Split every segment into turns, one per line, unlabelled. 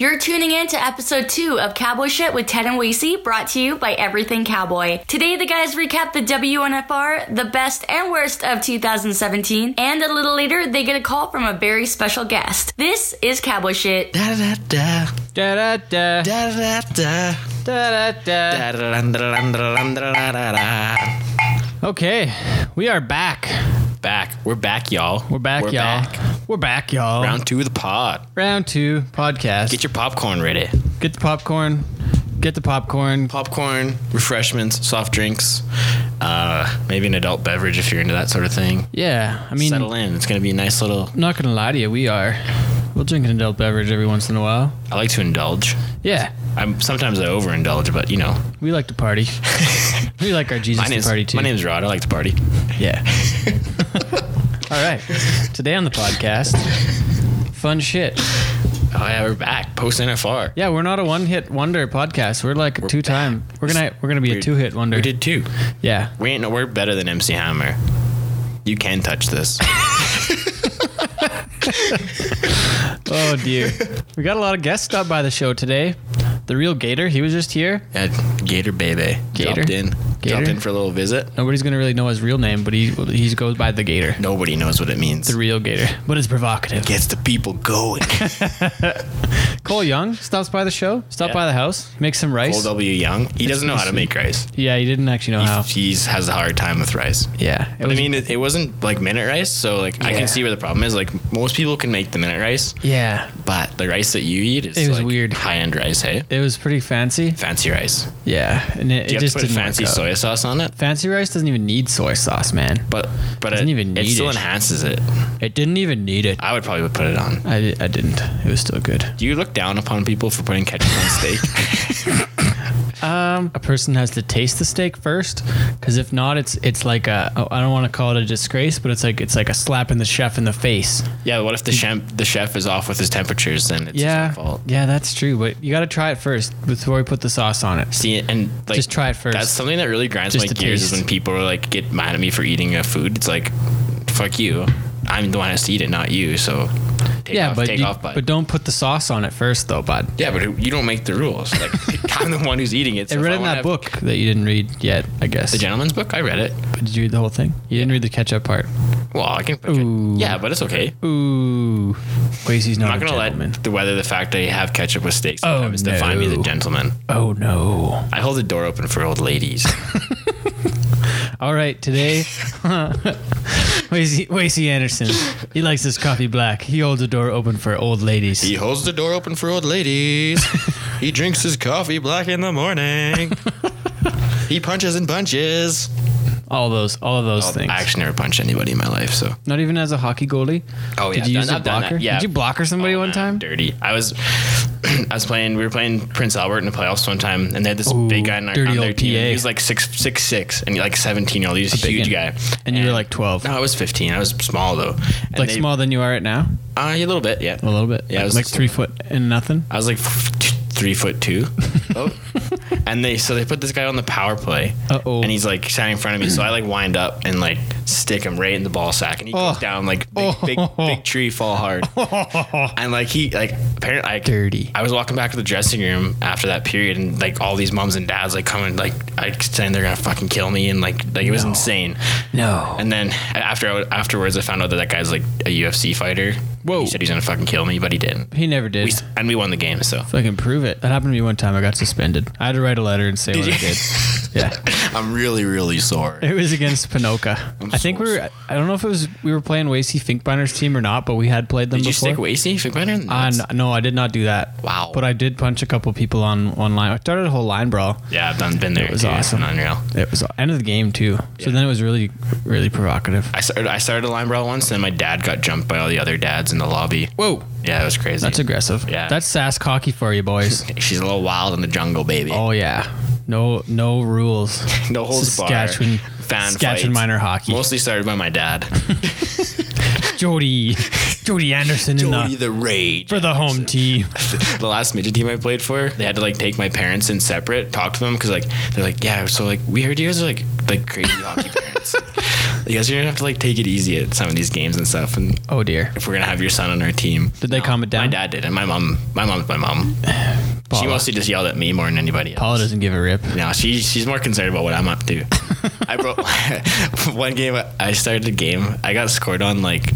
You're tuning in to episode two of Cowboy Shit with Ted and Weesey, brought to you by Everything Cowboy. Today, the guys recap the WNFR, the best and worst of 2017, and a little later, they get a call from a very special guest. This is Cowboy Shit.
Da da da
Da da da da
da da da
da
da
da.
da da da da da da da.
Okay, we are back.
Back, we're back, y'all.
We're back, y'all.
back.
We're back, y'all.
Round two of the pod.
Round two podcast.
Get your popcorn ready.
Get the popcorn. Get the popcorn.
Popcorn, refreshments, soft drinks, uh, maybe an adult beverage if you're into that sort of thing.
Yeah, I mean,
Settle in. It's gonna be a nice little.
I'm not gonna lie to you, we are. We'll drink an adult beverage every once in a while.
I like to indulge.
Yeah,
I'm sometimes I overindulge, but you know,
we like to party. we like our Jesus
my
to
name's
party too.
my name's Rod. I like to party.
Yeah. All right. Today on the podcast, fun shit.
Oh yeah, we're back post NFR.
Yeah, we're not a one-hit wonder podcast. We're like a two-time. We're gonna we're gonna be a two-hit wonder.
We did two.
Yeah.
We ain't no. We're better than MC Hammer. You can touch this.
Oh dear. we got a lot of guests stop by the show today. The real Gator, he was just here.
Yeah, Gator Baby.
Gator?
Dropped in.
Gator?
Dropped in for a little visit.
Nobody's gonna really know his real name, but he he goes by the Gator,
Nobody knows what it means.
the real Gator. But it's provocative.
Gets the people going.
Cole Young stops by the show, stopped by the house, makes some rice.
Old W Young. He doesn't know how to make rice.
Yeah, he didn't actually know
He
how.
he's, has a hard time with rice.
Yeah, it
But I
was-
mean, it, it wasn't like minute rice, so like I
Yeah.
can see where the problem is. Like most people can make the minute rice,
yeah,
but the rice that you eat is
It was
like,
weird.
high-end rice. Hey,
it was pretty fancy.
fancy rice.
Yeah, and it,
You
it
have
just
to put
didn't
fancy
work out.
soy sauce on it,
Fancy rice doesn't even need soy sauce, man.
but but
Doesn't
it,
even
it
need
still
it.
enhances it.
It didn't even need it.
I would probably put it on.
I, di- I didn't. It was still good.
Do you look down upon people for putting ketchup on steak?
a person has to taste the steak first because if not it's it's like a oh, i don't want to call it a disgrace but it's like it's like a slap in the chef in the face
Yeah, what if the chef the chef is off with his temperatures? Then it's
yeah
his own fault.
yeah that's true but you got to try it first before we put the sauce on it
See, and like
Just try it first.
That's something that really grinds
Just
my
the
gears is
taste.
when people are like get mad at me for eating a food. It's like, fuck you. I'm the one who has to eat it, not you. So take
yeah
off,
but
take
you-
off, bud.
but don't put the sauce on it first though bud
yeah, but you don't make the rules. Like I'm the one who's eating it.
I
so if
read it in
wanna
that
have-
book that you didn't read yet I guess
the gentleman's book. I read it.
But did you read the whole thing you didn't read the ketchup part
Well, I can. Put
Ooh.
It. Yeah, but it's okay.
ooh Wasey's not,
I'm not
a
gonna
gentleman
let the weather, the fact that I have ketchup with steak
Oh,
sometimes define me as a
no.
gentleman.
oh no
I hold the door open for old ladies.
All right, today, Wacy Wacy Anderson. He likes his coffee black. He holds the door open for old ladies.
He holds the door open for old ladies. he drinks his coffee black in the morning. he punches and punches.
All those, all of those things.
I actually never punched anybody in my life, so.
Not even as a hockey goalie.
Oh, yeah,
Did you
I've
use
done-
a
I've done that,
blocker?
yeah.
Did you blocker somebody
Oh,
one
man,
time?
Dirty. I was, I was playing. We were playing Prince Albert in the playoffs one time, and they had this
Ooh,
big guy on, our,
dirty
on their
old
team.
PA.
He was like six, six, six, and like seventeen year old. He was a
big
huge
un.
guy.
And you were like 12.
No, I was fifteen. I was small though. And
like
they-
smaller than you are right now,
Uh, yeah, a little bit. Yeah.
a little bit.
Yeah, I was
like three foot and nothing.
I was like three foot two. Oh. and they so they put this guy on the power play.
Uh-oh.
And he's like standing in front of me. So I like wind up and like stick him right in the ball sack. And he
Oh.
goes down like big, big, big tree fall hard. and like he like apparently like
Dirty.
I was walking back to the dressing room after that period and like all these moms and dads like coming like I saying they're gonna fucking kill me and like like it was
No.
insane.
No.
And then after I, afterwards I found out that that guy's like a UFC fighter.
Whoa.
He said he's gonna fucking kill me, but he didn't.
he never did.
We, and we won the game, so
Fucking prove it. That happened to me one time. I got suspended. I had to write a letter and say what I
you?
did. Yeah.
I'm really, really sorry.
It was against Pinoca. I think
so
we were. I don't know if it was we were playing Wacy Finkbinder's team or not, but we had played them
Did you
before.
stick Wacy Fickbinder in the
uh,
nuts?
no, no, I did not do that.
Wow.
But I did punch a couple people on one line. I started a whole line brawl.
Yeah, I've done been there. It
was awesome.
Unreal.
It was end of the game too. So then it was really, really provocative.
I started. I started a line brawl once, and then my dad got jumped by all the other dads in the lobby.
Whoa,
Yeah, it was crazy.
that's aggressive.
Yeah.
that's sass cocky for you boys.
She's a little wild in the jungle, baby.
oh yeah, no, no rules.
no holds barred.
Saskatchewan,
Fan
Saskatchewan
fights.
minor hockey.
Mostly started by my dad.
Jody, Jody Anderson in
Jody
the,
the rage.
for the home team.
the last midget team I played for, they had to like take my parents in separate, talk to them because like they're like, yeah, so like we heard you guys are like like crazy hockey parents. You guys are gonna have to like take it easy at some of these games and stuff. And
Oh dear.
if we're gonna have your son on our team,
Did they calm it down?
my dad did, and my mom, my mom's my mom. She
Paula.
mostly just yelled at me more than anybody else.
Paula doesn't give a rip.
No, she she's more concerned about what I'm up to. I broke one game. I started a game. I got scored on like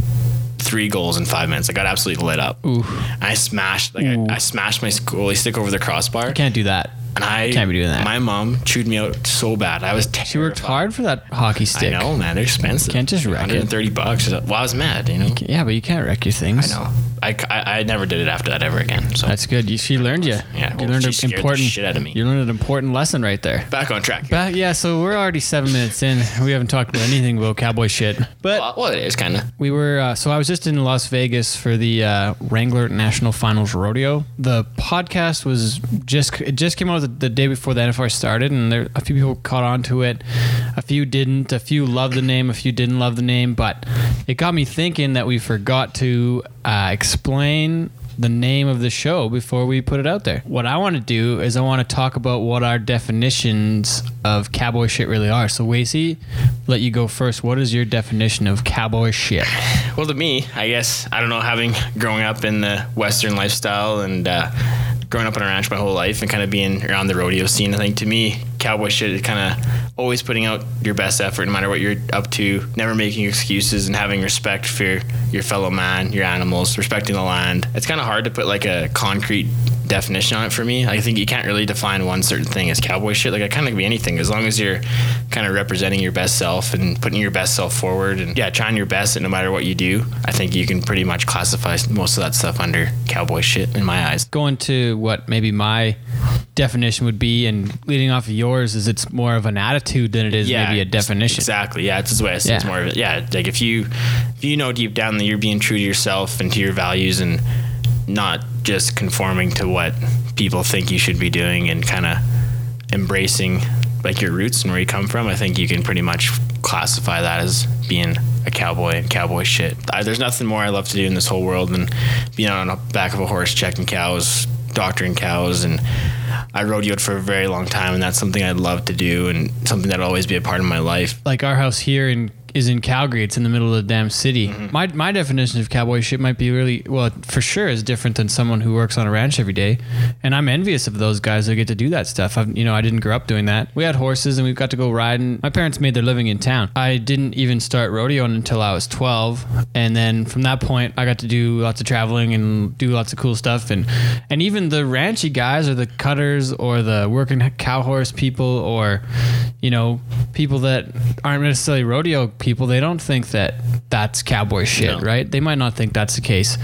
three goals in five minutes. I got absolutely lit up. And I smashed like I, I smashed my goalie stick over the crossbar.
Can't do that.
and I
can't be doing that.
My mom chewed me out so bad. I was terrified.
She worked hard for that hockey
I
stick.
know, man. They're expensive.
Can't just wreck it.
130 bucks. Well, I was mad. You know.
Yeah, but you can't wreck your things.
I know. I, I, I never did it after that ever again. So
That's good. You, she learned you.
Yeah,
you
well,
learned
she
an
scared the
important.
shit out of me.
You learned an important lesson right there.
back on track.
But yeah, so we're already seven minutes in. We haven't talked about anything about cowboy shit. But
well, well, it is kind of.
We were uh, so I was just in Las Vegas for the uh, Wrangler National Finals Rodeo. The podcast was just it just came out the, the day before the NFR started, and there a few people caught on to it. A few didn't. A few loved the name. A few didn't love the name. But it got me thinking that we forgot to uh, explain the name of the show before we put it out there. What I want to do is I want to talk about what our definitions of cowboy shit really are. So Wacy, let you go first. What is your definition of cowboy shit?
Well, to me, I guess I don't know. Having growing up in the Western lifestyle and uh, growing up on a ranch my whole life, and kind of being around the rodeo scene, I think to me, cowboy shit is kind of always putting out your best effort, no matter what you're up to. Never making excuses and having respect for your fellow man, your animals, respecting the land. It's kind of hard to put like a concrete definition on it for me. I think you can't really define one certain thing as cowboy shit. Like it kind of can be anything as long as you're kind of representing your best self and putting your best self forward and yeah, trying your best at no matter what you do. I think you can pretty much classify most of that stuff under cowboy shit in my eyes.
Going to what maybe my definition would be, and leading off of yours, is it's more of an attitude than it is maybe a
ex-
definition.
Exactly. Yeah, it's the way I see it. it's
Yeah.
more of it. Yeah, like if you if you know deep down that you're being true to yourself and to your values and not just conforming to what people think you should be doing and kind of embracing like your roots and where you come from, I think you can pretty much classify that as being a cowboy and cowboy shit. I, there's nothing more I love to do in this whole world than being on the back of a horse checking cows, doctoring cows, and I rodeoed for a very long time, and that's something I'd love to do and something that'll always be a part of my life.
Like our house here in is in Calgary. It's in the middle of the damn city. My my definition of cowboy shit might be really well for sure is different than someone who works on a ranch every day. And I'm envious of those guys that get to do that stuff. I've, you know, I didn't grow up doing that. We had horses and we got to go riding. My parents made their living in town. I didn't even start rodeoing until I was 12, and then from that point I got to do lots of traveling and do lots of cool stuff. And and even the ranchy guys or the cutters or the working cow horse people or you know people that aren't necessarily rodeo people they don't think that that's cowboy
No.
shit right they might not think that's the case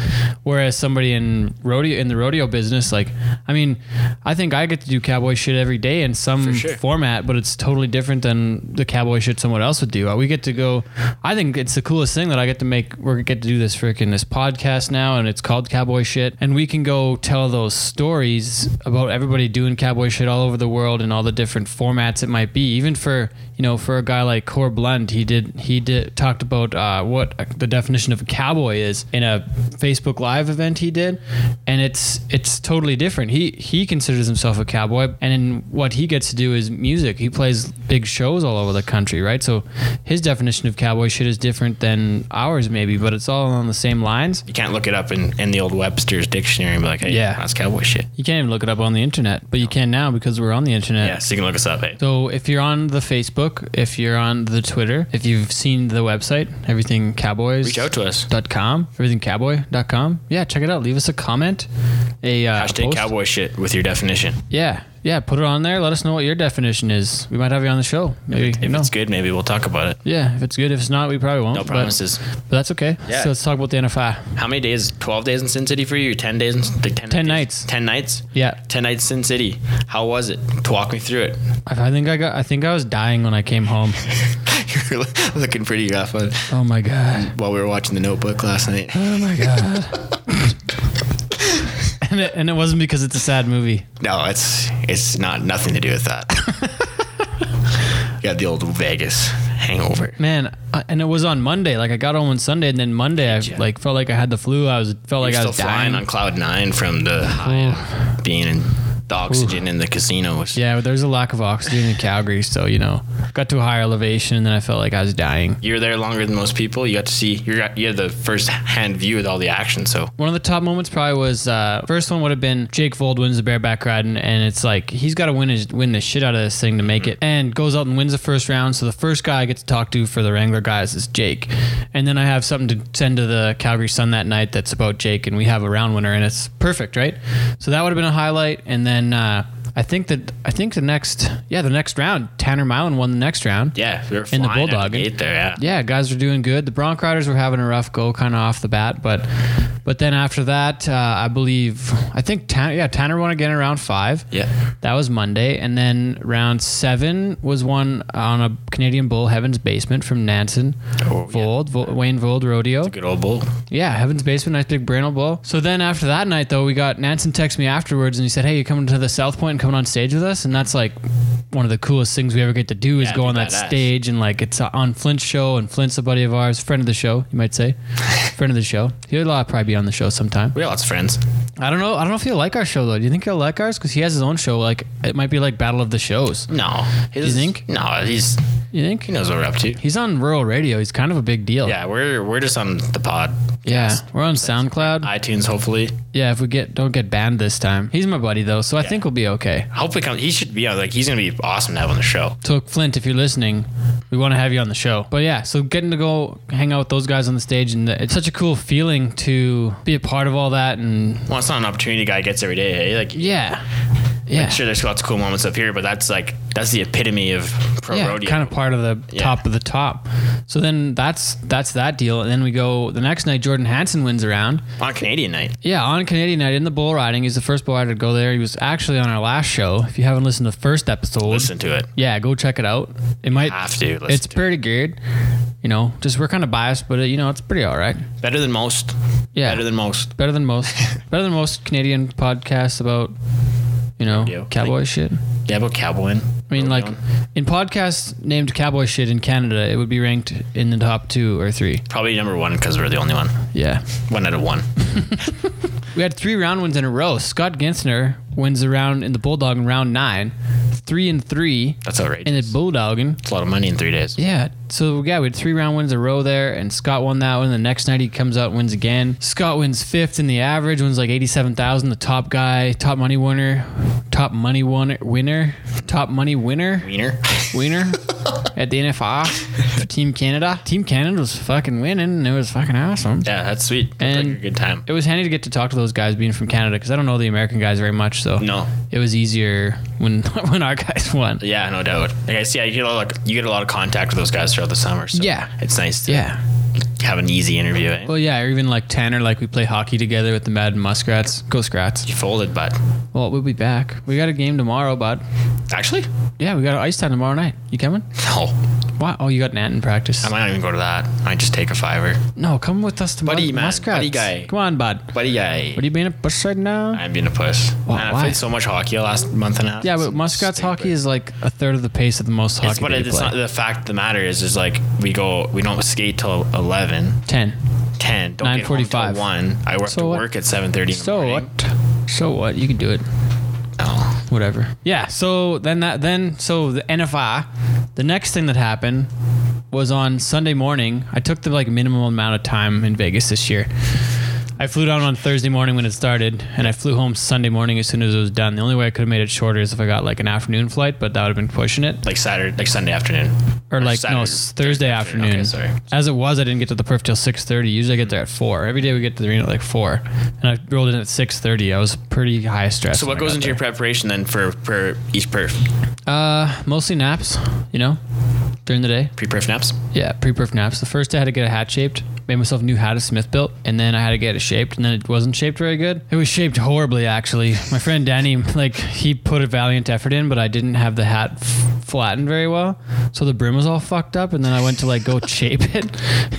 whereas somebody in rodeo in the rodeo business like i mean i think i get to do cowboy shit every day in some
sure.
format but it's totally different than the cowboy shit someone else would do Uh, we get to go i think it's the coolest thing that i get to make we get to do this freaking this podcast now and it's called cowboy shit and we can go tell those stories about everybody doing cowboy shit all over the world and all the different formats it might be even for you know for a guy like Cor Blund he did he did talked about uh, what the definition of a cowboy is in a Facebook live event he did and it's it's totally different he he considers himself a cowboy and in what he gets to do is music he plays big shows all over the country right so his definition of cowboy shit is different than ours maybe but it's all on the same lines
You can't look it up in, in the old Webster's dictionary and be like, hey,
Yeah.
yeah. that's cowboy shit.
you can't even look it up on the internet but you can now because we're on the internet
Yeah, so you can look us up, hey.
So if you're on the Facebook, if you're on the Twitter, if you've seen the website, everything cowboys
Reach out to us.
dot com, everything cowboy.com. Yeah, check it out. Leave us a comment. A uh,
Hashtag
post.
cowboy shit with your definition.
Yeah. Yeah, put it on there. Let us know what your definition is. We might have you on the show. Maybe
If
you know.
it's good, maybe we'll talk about it.
Yeah, if it's good. If it's not, we probably won't.
No
but-
promises.
But, that's okay.
Yeah.
So let's talk about the NFI.
How many days? 12 days in Sin City for you? Or 10 days? In, like 10,
10
days?
nights.
10 nights?
Yeah.
10 nights Sin City. How was it? Walk me through it.
I I think I got I think I was dying when I came home.
you were looking pretty rough on,
oh my god.
while we were watching The Notebook last night.
Oh my god. and, it, and it wasn't because it's a sad movie.
No, it's it's not nothing to do with that. you got the old Vegas hangover.
Man, I, and it was on Monday. Like I got home on Sunday, and then Monday I
ya?
like felt like I had the flu. I was felt like
You're
I
still
was
flying
dying.
on cloud nine from the high of being in the oxygen in the casinos.
Yeah, but there's a lack of oxygen in Calgary, so you know, got to a higher elevation, and then I felt like I was dying.
You're there longer than most people. You got to see. You got you had the first hand view of all the action. So
One of the top moments probably was uh, first one would have been Jake Vold wins the bareback ride, and, and it's like he's got to win his, win the shit out of this thing to make it, and goes out and wins the first round. So the first guy I get to talk to for the Wrangler guys is Jake, and then I have something to send to the Calgary Sun that night that's about Jake, and we have a round winner, and it's perfect, right? So that would have been a highlight, and then. Uh, I think that I think the next yeah the next round Tanner Milan won the next round
yeah, we were
In
flying
the
out
Bulldog.
gate there. Yeah.
yeah, guys were doing good. The Bronc Riders were having a rough go, kind of off the bat, but but then after that, uh, I believe I think Tanner, yeah Tanner won again in round five.
Yeah.
That was Monday, and then round seven was one on a Canadian bull, Heaven's Basement from Nansen,
Oh, yeah.
Vold, Vo- Wayne Vold Rodeo.
Good old bull.
Yeah, Heaven's Basement, nice big Brannel bull. So then after that night, though, we got Nansen text me afterwards, and he said, "Hey, you coming to the South Point and coming on stage with us?" And that's like one of the coolest things we ever get to do is
Yeah,
go on
that'd
that
be badass.
stage and like it's on Flint's show, and Flint's a buddy of ours, friend of the show, you might say, friend of the show. He'll uh, probably be on the show sometime.
We got lots of friends.
I don't know. I don't know if he'll like our show though. Do you think he'll like ours? Because he has his own show. Like it might be like Battle of the Shows.
No. His,
think?
No, he's
You think?
he knows what we're up to.
He's on rural radio. He's kind of a big deal.
Yeah, we're we're just on the pod,
Yeah. We're on SoundCloud.
iTunes. Hopefully,
Yeah. If we get don't get banned this time, he's my buddy though, so I think we'll be okay.
hopefully come. He should be on. Like he's gonna be awesome to have on the show.
So Flint, if you're listening, we want to have you on the show. But yeah, so getting to go hang out with those guys on the stage, and it's such a cool feeling to be a part of all that. And
Well, it's not an opportunity a guy gets every day. Hey? Like
yeah, yeah,
sure, there's lots of cool moments up here, but that's like that's the epitome of pro
yeah,
rodeo.
kind of part of the
Yeah.
top of the top. So then that's that's that deal. And then we go the next night. Jordan Hansen wins around.
on Canadian night.
Yeah, on Canadian night in the bull riding. He's the first bull rider to go there. He was actually on our last show. If you haven't listened to the first episode,
Listen to it.
yeah, go check it out. It might
Have to listen
It's
to
pretty good. You know, just we're kind of biased, but uh you know, it's pretty all right.
it. Better than most.
Yeah.
Better than most.
Better than most. better than most Canadian podcasts about you know
Rodeo.
cowboy
Like-
shit.
Yeah, but cowboying.
I mean, like in podcasts named cowboy shit in Canada, it would be ranked in the top two or three.
probably number one because we're the only one.
Yeah.
One out of one.
We had three round wins in a row. Scott Gensner wins the round in the Bulldog in round nine, three and three
That's outrageous.
in the Bulldogging.
It's a lot of money in three days.
Yeah. So yeah, we had three round wins in a row there, and Scott won that one. The next night he comes out and wins again. Scott wins fifth in the average, wins like eighty-seven thousand. The top guy, top money winner, top money winner, winner, top money winner,
Wiener.
winner at the NFR for Team Canada. Team Canada was fucking winning, and it was fucking awesome.
yeah, that's sweet. That's like
And-
a good time.
It was handy to get to talk to those guys being from Canada because I don't know the American guys very much, so
No.
it was easier when when our guys won.
Yeah, no doubt. Like I see, I get a lot. Of, you get a lot of contact with those guys throughout the summer. So
Yeah.
it's nice to
Yeah.
have an easy interview. Eh?
Well, yeah, or even like Tanner, like we play hockey together with the Madden Muskrats. Go Scrats.
you folded, but
Well, we'll be back. We got a game tomorrow, bud.
actually,
Yeah, we got ice time tomorrow night. You coming?
no.
Why? Oh, you got Nanton practice.
I might not even go to that. I might just take a fiver.
No, come with us tomorrow.
Buddy, man.
Muskrats.
Buddy guy.
Come on, bud.
Buddy, I,
What are you being a push right now?
I'm being a puss.
Wha-
Man, I
why?
played so much hockey the last month and a half.
yeah, but
It's
Muskrats
stupid.
hockey is like a third of the pace of the most hockey.
It's, but
that you
it's
play.
not the fact of the matter is is like we go we don't skate till 11
ten.
10 don't get home till
9:45.
1 I work
So
to
what?
work at 7:30
So what? So what? You can do it.
no.
whatever. Yeah. So then that then so the NFI, the next thing that happened was on Sunday morning. I took the like minimum amount of time in Vegas this year. I flew down on Thursday morning when it started, and I flew home Sunday morning as soon as it was done. The only way I could have made it shorter is if I got like an afternoon flight, but that would have been pushing it.
like Saturday like Sunday afternoon
Or like
Saturday,
no s- Thursday afternoon.
Okay, sorry.
As it was, I didn't get to the perf till six thirty. Usually I get there at four. Every day we get to the arena at like four, and I rolled in at six thirty. I was pretty high stress.
So what
when I
goes
got
into
there.
your preparation then for for each perf?
Uh, mostly naps, you know, during the day.
Pre-perf naps?
Yeah, pre-perf naps. The first day I had to get a hat shaped, made myself a new hat of Smith built, and then I had to get it shaped, and then it wasn't shaped very good. It was shaped horribly, actually. My friend Danny, like, he put a valiant effort in, but I didn't have the hat f- flattened very well, so the brim was all fucked up. And then I went to like go shape it,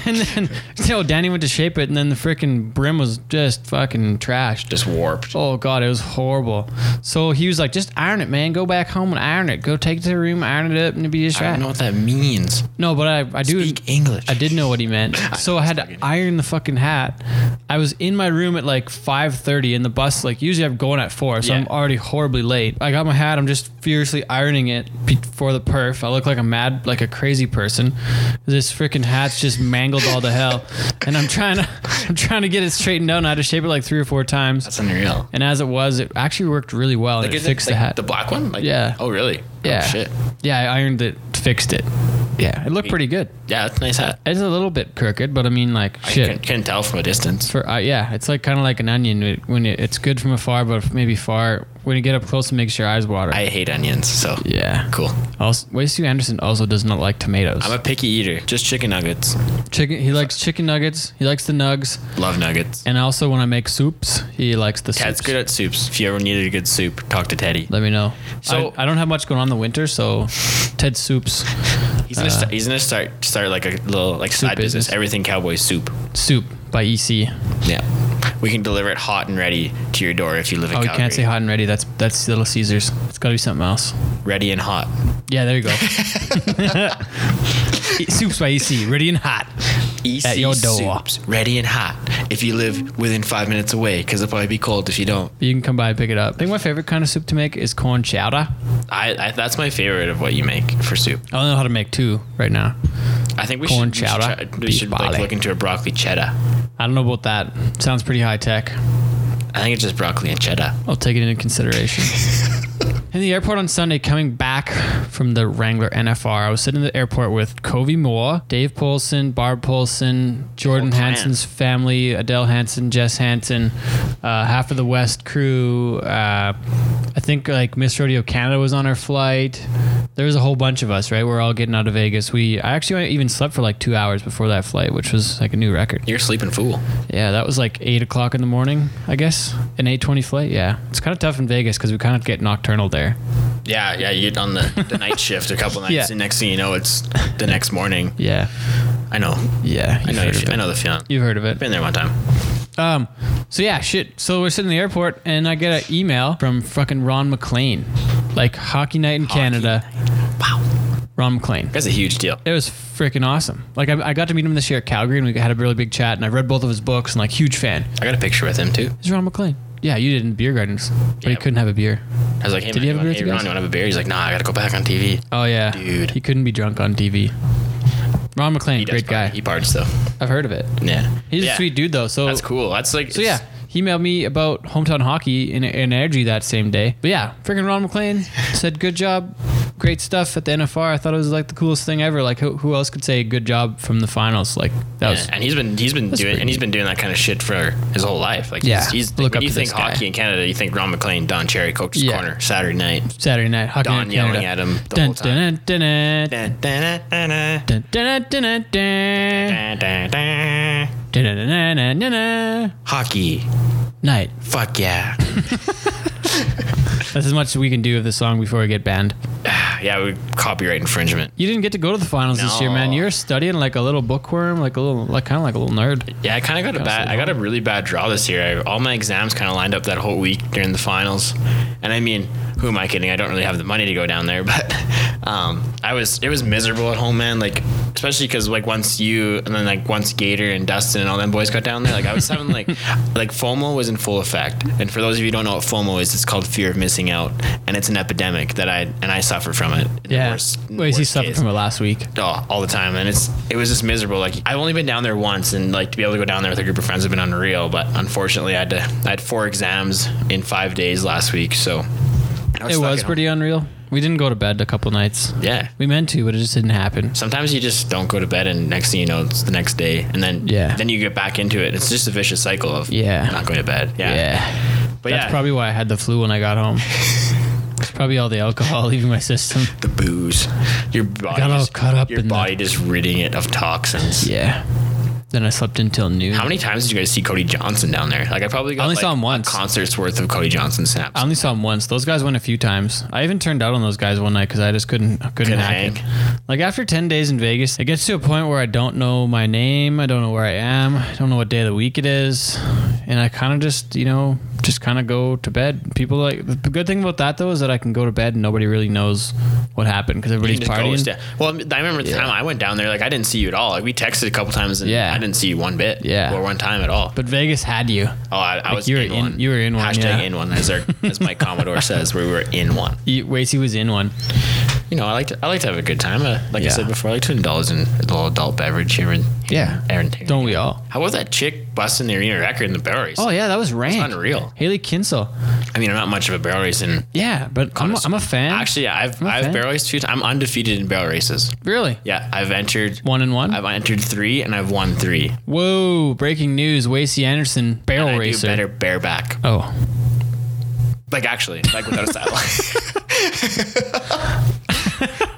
and then you know, Danny went to shape it, and then the freaking brim was just fucking trashed.
Just warped.
Oh god, it was horrible. So he was like, "Just iron it, man. Go back home and iron it. Go take it to the room, iron it up, and it'll be just
I don't
right."
know what that means.
No, but I, I do
Speak English.
I did know what he meant. So I had to iron the fucking hat. I was in my room at like 5:30 and the bus like usually I'm going at 4, so
Yeah.
I'm already horribly late. I got my hat, I'm just furiously ironing it be- for the perf. I look like a mad like a crazy person. This freaking hat's just mangled all to hell and I'm trying to I'm trying to get it straightened out and I had to shape it like 3 or 4 times.
That's unreal.
and as it was, it actually worked really well and it
is
fixed
like
the hat.
The black one? Like,
Yeah.
Oh, really?
yeah.
Oh, shit.
Yeah, I ironed it, fixed it. Yeah, it looked pretty good.
Yeah, that's a nice hat.
It's a little bit crooked, but I mean, like,
I can,
shit.
can tell from a distance.
For uh, yeah, it's like kind of like an onion. It- when it, it's good from afar, but maybe far when you get up close, it makes your eyes water.
I hate onions, so
yeah.
cool.
Also, Way Sue Anderson also does not like tomatoes.
I'm a picky eater. Just chicken nuggets.
chicken. He likes chicken nuggets. He likes the nugs.
Love nuggets.
And also when I make soups, he likes the
Ted's
soups.
good at soups. If you ever needed a good soup, talk to Teddy.
Let me know.
So-
I, I don't have much going on in the winter, so Ted soups,
He's gonna start, he's gonna start start like a little like
Uh, Soup
side business.
business.
Everything cowboy soup.
soup by E EC.
Yeah. We can deliver it hot and ready to your door if you live in
Oh, you
Calgary.
can't say hot and ready. That's that's Little Caesars. It's got to be something else.
Ready and hot.
Yeah, there you go. Soups by EC, ready and hot.
EC
At your door.
soups, ready and hot. If you live within five minutes away, because it'll probably be cold if you don't.
You can come by and pick it up. I think my favorite kind of soup to make is corn chowder.
I, I that's my favorite of what you make for soup.
I don't know how to make two right now.
I think we
Corn
should
chowder,
We should, try, we
beef
should like
barley.
look into a broccoli cheddar.
I don't know about that. Sounds pretty high tech.
I think it's just broccoli and cheddar.
I'll take it into consideration. In the airport on Sunday, coming back from the Wrangler NFR, I was sitting in the airport with Covey Moore, Dave Polson, Barb Polson, Jordan
Whole clan.
Hansen's family, Adele Hansen, Jess Hansen, uh, half of the West crew. Uh, I think like Miss Rodeo Canada was on our flight. There was a whole bunch of us, right? We're all getting out of Vegas. We I actually even slept for like two hours before that flight, which was like a new record.
You're a sleeping fool.
Yeah, that was like eight o'clock in the morning, I guess. An eight twenty flight. Yeah, it's kind of tough in Vegas because we kind of get nocturnal there.
Yeah, yeah. You get on the, the night shift a couple nights,
Yeah.
and next thing you know, it's the next morning.
Yeah,
I know.
yeah.
I
You've
know. Your,
heard of
fe- I
it.
know the feeling.
You've heard of it.
Been there one time.
Um, so yeah, shit. So we're sitting in the airport, and I get an email from fucking Ron McLean, like Hockey Night in Canada.
Wow,
Ron McLean.
that's a huge deal.
It was freaking awesome. Like I, I got to meet him this year at Calgary, and we had a really big chat. And I read both of his books, and like huge fan.
I got a picture with him too.
It's Ron McLean. Yeah, you did in beer gardens, but he
Yeah.
couldn't have a beer.
I was like, Hey,
Did
man,
you have a
want-
beer with
hey
you
Ron,
guys?
you want to have a beer? He's like, Nah, I got to go back on TV.
Oh yeah,
Dude.
he couldn't be drunk on TV. Ron McLean,
He does
great guy.
party. He parts though.
I've heard of it.
Yeah,
He's
yeah.
a sweet dude though. So
That's cool. That's like
So yeah, he emailed me about hometown hockey in, in energy that same day. But yeah, freaking Ron McLean said good job, great stuff at the NFR. I thought it was like the coolest thing ever. Like who, who else could say good job from the finals? Like that was.
and he's been he's been doing
pretty
and he's been doing that kind of shit for his whole life. Like
Yeah,
he's, he's
look
when
up
you
to
think
this guy.
hockey in Canada, you think Ron McLean, Don Cherry, Coach's
Yeah.
Corner, Saturday night.
Saturday night hockey.
Don
Night in
yelling
Canada.
at him the
Dun,
whole time.
dun, dun, dun,
Dun, dun, dun, dun,
dun, dun, dun, dun,
dun, dun, dun.
dun, dun, dun, dun, dun, dun, dun, dun.
Hockey.
Night.
Fuck yeah.
That's as much as we can do of this song before we get banned.
yeah, we copyright infringement.
You didn't get to go to the finals this year, man.
No.
You're studying like a little bookworm, like a little, like kind of like a little nerd.
Yeah, I kind of got a bad. I got a really bad draw this year. I, all my exams kind of lined up that whole week during the finals, and I mean, who am I kidding? I don't really have the money to go down there, but um, I was. It was miserable at home, man. Like especially because like once you and then like once Gator and Dustin and all them boys got down there, like I was having like like FOMO was in full effect. And for those of you who don't know what FOMO is, it's called fear of missing out, and it's an epidemic that I and I suffer from it. in the
Yeah.
worst-
Wait, he
worst
suffered
case
from it last week.
oh, all the time, and it's it was just miserable. Like I've only been down there once, and like to be able to go down there with a group of friends has been unreal. But unfortunately, I had to I had four exams in five days last week, so I
It
stuck
was
at
pretty unreal. We didn't go to bed a couple nights.
Home. Yeah.
We meant to, but it just didn't happen.
Sometimes you just don't go to bed, and next thing you know, it's the next day, and then
Yeah.
then you get back into it. It's just a vicious cycle of
Yeah.
not going to bed. Yeah, but
That's
yeah,
probably why I had the flu when I got home. it's probably all the alcohol leaving my system.
the booze. Your body
got all
just-
caught up
Your
in the-
body just ridding it of toxins.
Yeah. Then I slept until noon.
How many times did you guys see Cody Johnson down there? Like I probably got
I only
like,
saw him
a
once.
concert's worth of Cody Johnson snaps.
I only saw him once. Those guys went a few times. I even turned out on those guys one night because I just couldn't couldn't,
Couldn't
hack it. Like after ten days in Vegas, it gets to a point where I don't know my name. I don't know where I am. I don't know what day of the week it is, and I kind of just you know just kind of go to bed. People like the good thing about that though is that I can go to bed and nobody really knows what happened because
You
everybody's
just
partying.
ghost it. Well, I remember the time I went down there, like I didn't see you at all. Like we texted a couple times, and
Yeah.
I didn't see you one bit,
Yeah.
or one time at all.
But Vegas had you.
oh, I, I was
you were
in,
in-
one.
you were in one,
Hashtag
yeah.
in one, as our, as Mike Commodore says, where we were in one.
you Wacy was in one.
You know, I like to I like to have a good time. Uh, like
Yeah.
I said before, I like to indulge in a little adult beverage here and
Yeah.
Aaron.
Don't we all?
How about that chick busting their inner record in the barrel race?
Oh yeah, that was rank.
unreal.
Haley Kinsel.
I mean, I'm not much of a barrel racing.
Yeah, but I'm a, I'm a fan.
Actually, I've
I'm a
I've
fan.
barrel raced two. times. I'm undefeated in barrel races.
really.
Yeah, I've entered.
One and one.
I've entered three and I've won three.
Whoa! Breaking news: Wacy Anderson barrel
And I
racer.
do better bareback.
Oh,
Like actually, like without a saddle.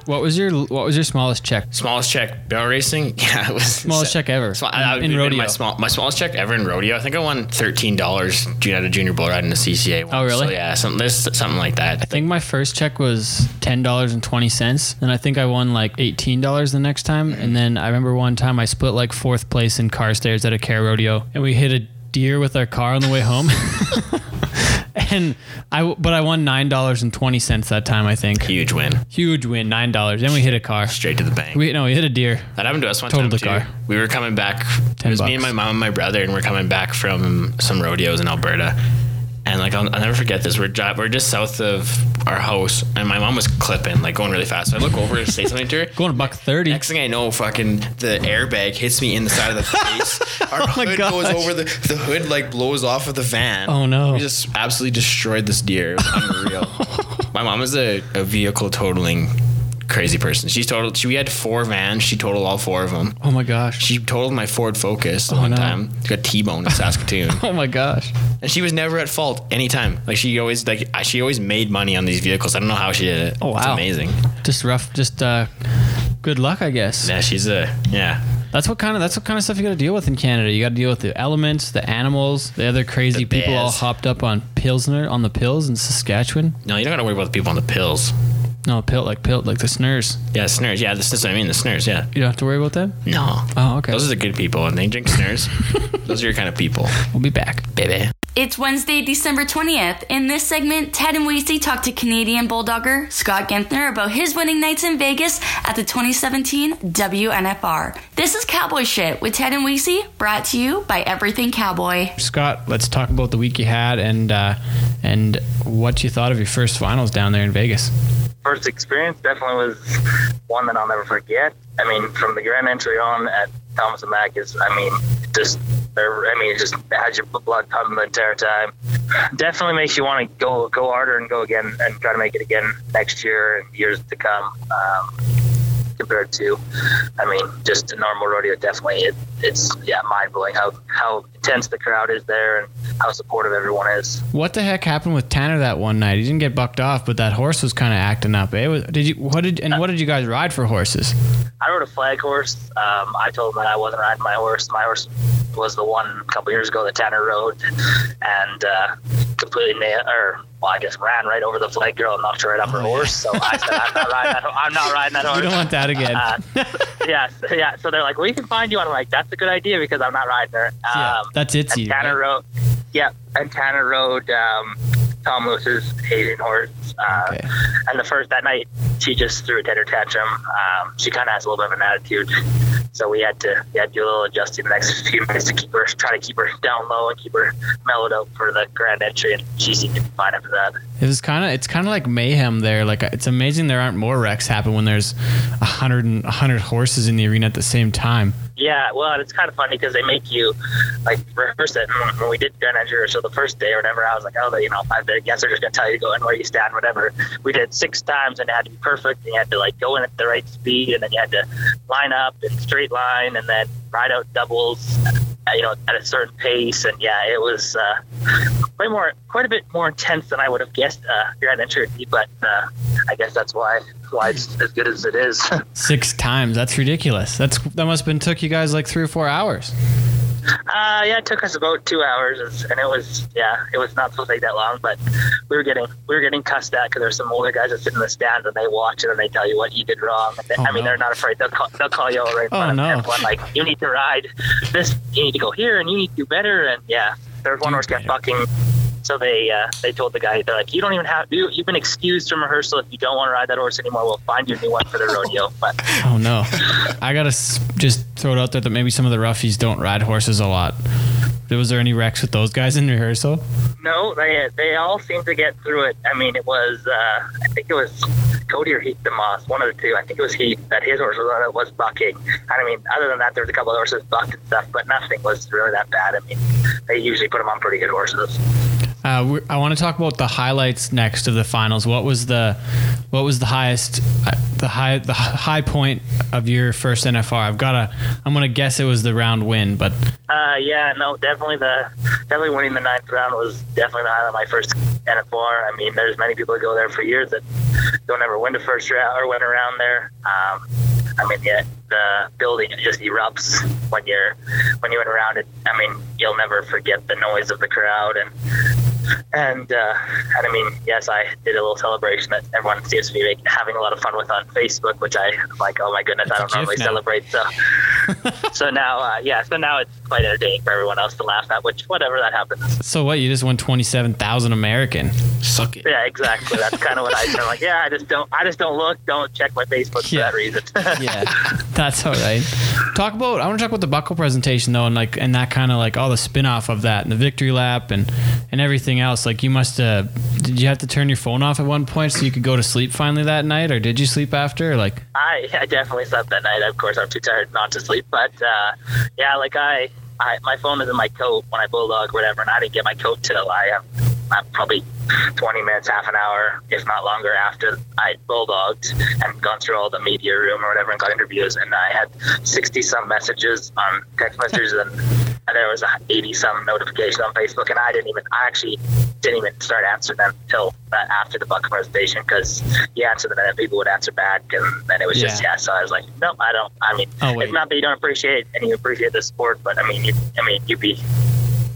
what was your what was your smallest check?
smallest check barrel racing. Yeah, it was
Smallest check ever
Sma- I- I
in,
would-
in rodeo.
My, small, my smallest check ever in rodeo. I think I won thirteen dollars at a junior bull ride in the CCA. Once.
Oh, really?
So, yeah, something this something like
I
that.
think my first check was ten dollars and twenty cents, and I think I won like eighteen dollars the next time. And then I remember one time I split like fourth place in car stairs at a care rodeo, and we hit a deer with our car on the way home. and I w- but I won nine dollars and twenty cents that time. I think
Huge win,
huge win, nine dollars. Then we hit a car.
straight to the bank.
We no, we hit a deer.
that happened to us one time
Totaled the
too.
car.
We were coming back. it
Ten
was
bucks.
me and my mom and my brother, and we're coming back from some rodeos in Alberta. And like I'll, I'll never forget this. We're dri- we're just south of our house, and my mom was clipping, like going really fast. So I look over to say something to her.
Going a buck thirty.
Next thing I know, fucking the airbag hits me in the side of the face. Our
Oh my
hood
gosh.
goes over the the hood like blows off of the van.
Oh, no.
We just absolutely destroyed this deer. It was unreal. My mom is a, a vehicle totaling crazy person. She's totaled. She, we had four vans. She totaled all four of them.
Oh my gosh.
She totaled my Ford Focus the one
Oh, no.
time. Got T-boned in Saskatoon,
Oh my gosh.
and she was never at fault anytime. Like she always like she always made money on these vehicles. I don't know how she did it.
Oh,
it's
wow.
amazing.
Just rough. Just uh, good luck, I guess.
Yeah, she's a yeah.
That's what kind of that's what kind of stuff you got to deal with in Canada. You got to deal with the elements, the animals, the other crazy
The
people all
bears.
hopped up on pilsner on the pills in Saskatchewan.
No, you don't got to worry about the people on the pills.
No, pill like pill like the snurs.
Yeah, snurs. Yeah, this is what I mean. The snurs. Yeah.
You don't have to worry about them.
No.
Oh, okay.
Those are the good people, and they drink snurs. Those are your kind of people.
we'll be back.
Baby.
It's Wednesday, December 20th. In this segment, Ted and Weezy talk to Canadian Bulldogger Scott Gentner about his winning nights in Vegas at the 2017 WNFR. This is Cowboy Shit with Ted and Weezy, brought to you by Everything Cowboy.
Scott, let's talk about the week you had and uh, and what you thought of your first finals down there in Vegas.
first experience definitely was one that I'll never forget. I mean, from the grand entry on at Thomas and Mack is, I mean, just there. I mean, it just had your blood pumping the entire time. Definitely makes you want to go go harder and go again and try to make it again next year and years to come. Um, compared to, I mean, just a normal rodeo, definitely it, it's yeah mind blowing how how intense the crowd is there and how supportive everyone is.
What the heck happened with Tanner that one night? He didn't get bucked off, but that horse was kind of acting up. eh? was, did you what did and what did you guys ride for horses?
I rode a flag horse. Um, I told him that I wasn't riding my horse. My horse was the one a couple years ago that Tanner rode, and uh, completely nailed, or well, I guess ran right over the flag girl and knocked her right off her horse. So I said, I'm not riding that. ho- I'm not riding that horse.
We Oh, don't want that again.
Uh, yeah, so- yeah. So they're like, we can find you. And I'm like, that's a good idea because I'm not riding her. Um,
yeah, that's
and
itsy.
Tanner
right?
rode, yeah, and Tanner rode um, Tom Lewis's Asian horse. Uh,
Okay.
and the first that night, she just threw a tender tantrum. Um, she kind of has a little bit of an attitude, so we had to we had to do a little adjusting the next few minutes to keep her try to keep her down low and keep her mellowed out for the grand entry. And she seemed to be fine after that.
It was kind of it's kind of like mayhem there. Like uh, it's amazing there aren't more wrecks happen when there's a hundred and a hundred horses in the arena at the same time.
Yeah, well, and it's kind of funny because they make you like rehearse it. And when we did Grand Endure, so the first day or whatever, I was like, oh, they, you know, I guess they're just gonna tell you to go in where you stand, whatever. We did six times, and it had to be perfect. And you had to like go in at the right speed, and then you had to line up in straight line, and then ride out doubles, uh, you know, at a certain pace. And yeah, it was uh, way more, quite a bit more intense than I would have guessed uh, Grand Entry would be. But uh, I guess that's why why it's as good as it is.
Six times. That's ridiculous. That's that must have been took you guys like three or four hours.
Uh, yeah, it took us about two hours, and it was yeah, it was not supposed to take that long, but we were getting we were getting cussed at because there's some older guys that sit in the stands and they watch it and they tell you what you did wrong. And they-
Oh,
I mean,
no.
they're not afraid. They'll call, they'll call you out right in
Oh,
front
no.
of everyone. Like you need to ride this, you need to go here, and you need to do better. And yeah, there's
Do
one where it kept
better.
fucking. So they uh, they told the guy they're like you don't even have you, you've been excused from rehearsal if you don't want to ride that horse anymore we'll find you a new one for the rodeo but
Oh no. I gotta s- just throw it out there that maybe some of the roughies don't ride horses a lot. Was there any wrecks with those guys in rehearsal?
No, they they all seemed to get through it. I mean, it was uh, I think it was Cody or Heath DeMoss, one of the two. I think it was Heath that his horse was on it was bucking. And I mean, other than that, there was a couple of horses bucked and stuff, but nothing was really that bad. I mean, they usually put them on pretty good horses.
Uh, we I want to talk about the highlights next of the finals. What was the, what was the highest, uh, the high, the hi- high point of your first NFR? I've got to, I'm gonna guess it was the round win, but
Uh, yeah, no, definitely the definitely winning the ninth round was definitely the highlight of my first NFR. I mean, there's many people that go there for years that don't ever win the first round or win around there. Um, I mean, yeah, the building it just erupts when you're when you went around it. I mean, you'll never forget the noise of the crowd and and uh, and I mean, yes, I did a little celebration that everyone seems to be making, having a lot of fun with on Facebook, which I am like. Oh my goodness, I
a
don't
gif
normally
now.
celebrate, so so now, uh, yeah, so now it's quite entertaining for everyone else to laugh at. Which, whatever that happens,
so what? You just won twenty seven thousand American.
Suck it.
yeah, exactly. That's kind of what I do. Like, yeah, I just don't, I just don't look, don't check my Facebook
Yeah.
for that reason.
Yeah, that's all right. Talk about. I want to talk about the buckle presentation though, and like, and that kind of like all the spin off of that, and the victory lap, and and everything else. Like, you must. Uh, did you have to turn your phone off at one point so you could go to sleep finally that night, or did you sleep after? Like,
I, I definitely slept that night. Of course, I'm too tired not to sleep. But uh, yeah, like I, I, my phone is in my coat when I bulldog or whatever, and I didn't get my coat till I am I'm probably 20 minutes, half an hour, if not longer, after I bulldogged and gone through all the media room or whatever and got interviews. And I had 60 some messages on text messages, and there was 80 some notifications on Facebook. And I didn't even, I actually didn't even start answering them until that after the Buck presentation because you answer them and then people would answer back. And then it was just,
Yeah.
yeah. So I was like, no, I don't. I mean,
Oh, wait.
it's not that you don't appreciate it and you appreciate the sport, but I mean, you, I mean, you'd be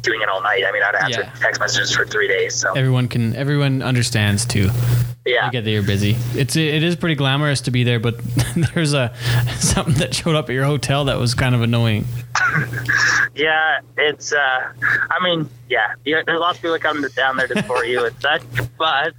doing it all night. I mean, I'd answer
Yeah.
text messages for three days. So
everyone can. Everyone understands too.
yeah,
I get that you're busy. It's it is pretty glamorous to be there, but there's a something that showed up at your hotel that was kind of annoying.
yeah. It's uh, I mean, yeah. You, there's lots of people that come to, down there to support you and such, but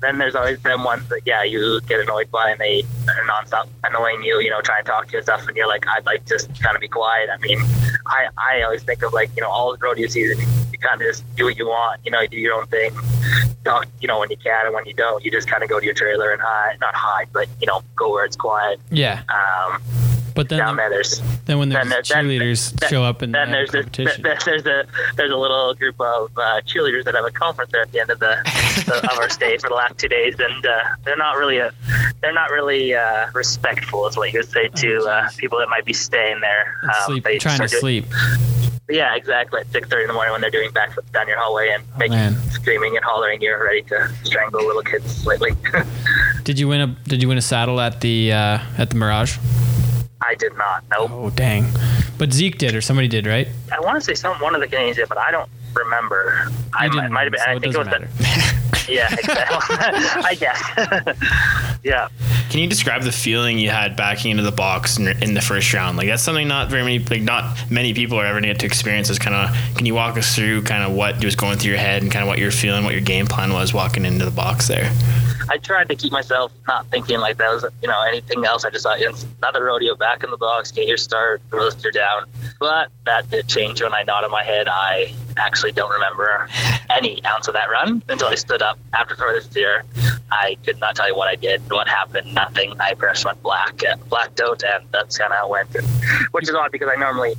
then there's always them ones that yeah you get annoyed by and they are nonstop annoying you. You know, trying to talk to you and stuff, and you're like, I'd like to just kind of be quiet. I mean, I I always think of like you know all the rodeo season, you kind of just do what you want. You know, you do your own thing. Talk, you know, when you can and when you don't, you just kind of go to your trailer and hide, not hide, but you know, go where it's quiet.
Yeah,
Um,
but then
down there, there's
then when there's
then there- then-
cheerleaders
then-
show up and
then there's this, uh,
competition.
th- there's a there's a little group of uh, cheerleaders that have a conference there at the end of the, the of our stay for the last two days, and uh, they're not really a, they're not really uh, respectful, is what you would say to uh, people that might be staying there. Um,
and sleep,
they
trying to
start doing-
sleep.
Yeah, exactly. At six thirty in the morning when they're doing backflips down your hallway and making
Oh, man.
screaming and hollering, you're ready to strangle little kids slightly.
Did you win a Did you win a saddle at the uh, at the Mirage?
I did not. Nope.
Oh dang! But Zeke did, or somebody did, right?
I want to say some one of the Canadians did, but I don't remember. I
You
might,
didn't win,
might have been.
so
I
it
think it was
doesn't
the, Yeah, exactly. I guess. yeah.
Can you describe the feeling you had backing into the box in, in the first round? Like that's something not very many, like not many people are ever gonna get to experience. Is kind of can you walk us through kind of what was going through your head and kind of what you're feeling, what your game plan was walking into the box there?
I tried to keep myself not thinking like that was, you know, anything else. I just thought, it's another rodeo back in the box, get your start, roaster down. But that did change when I nodded my head. I actually don't remember any ounce of that run until I stood up after throwing this deer. I could not tell you what I did, what happened, nothing. I pretty much went black, uh, blacked out, and that's kind of how it went. And, which is odd because I normally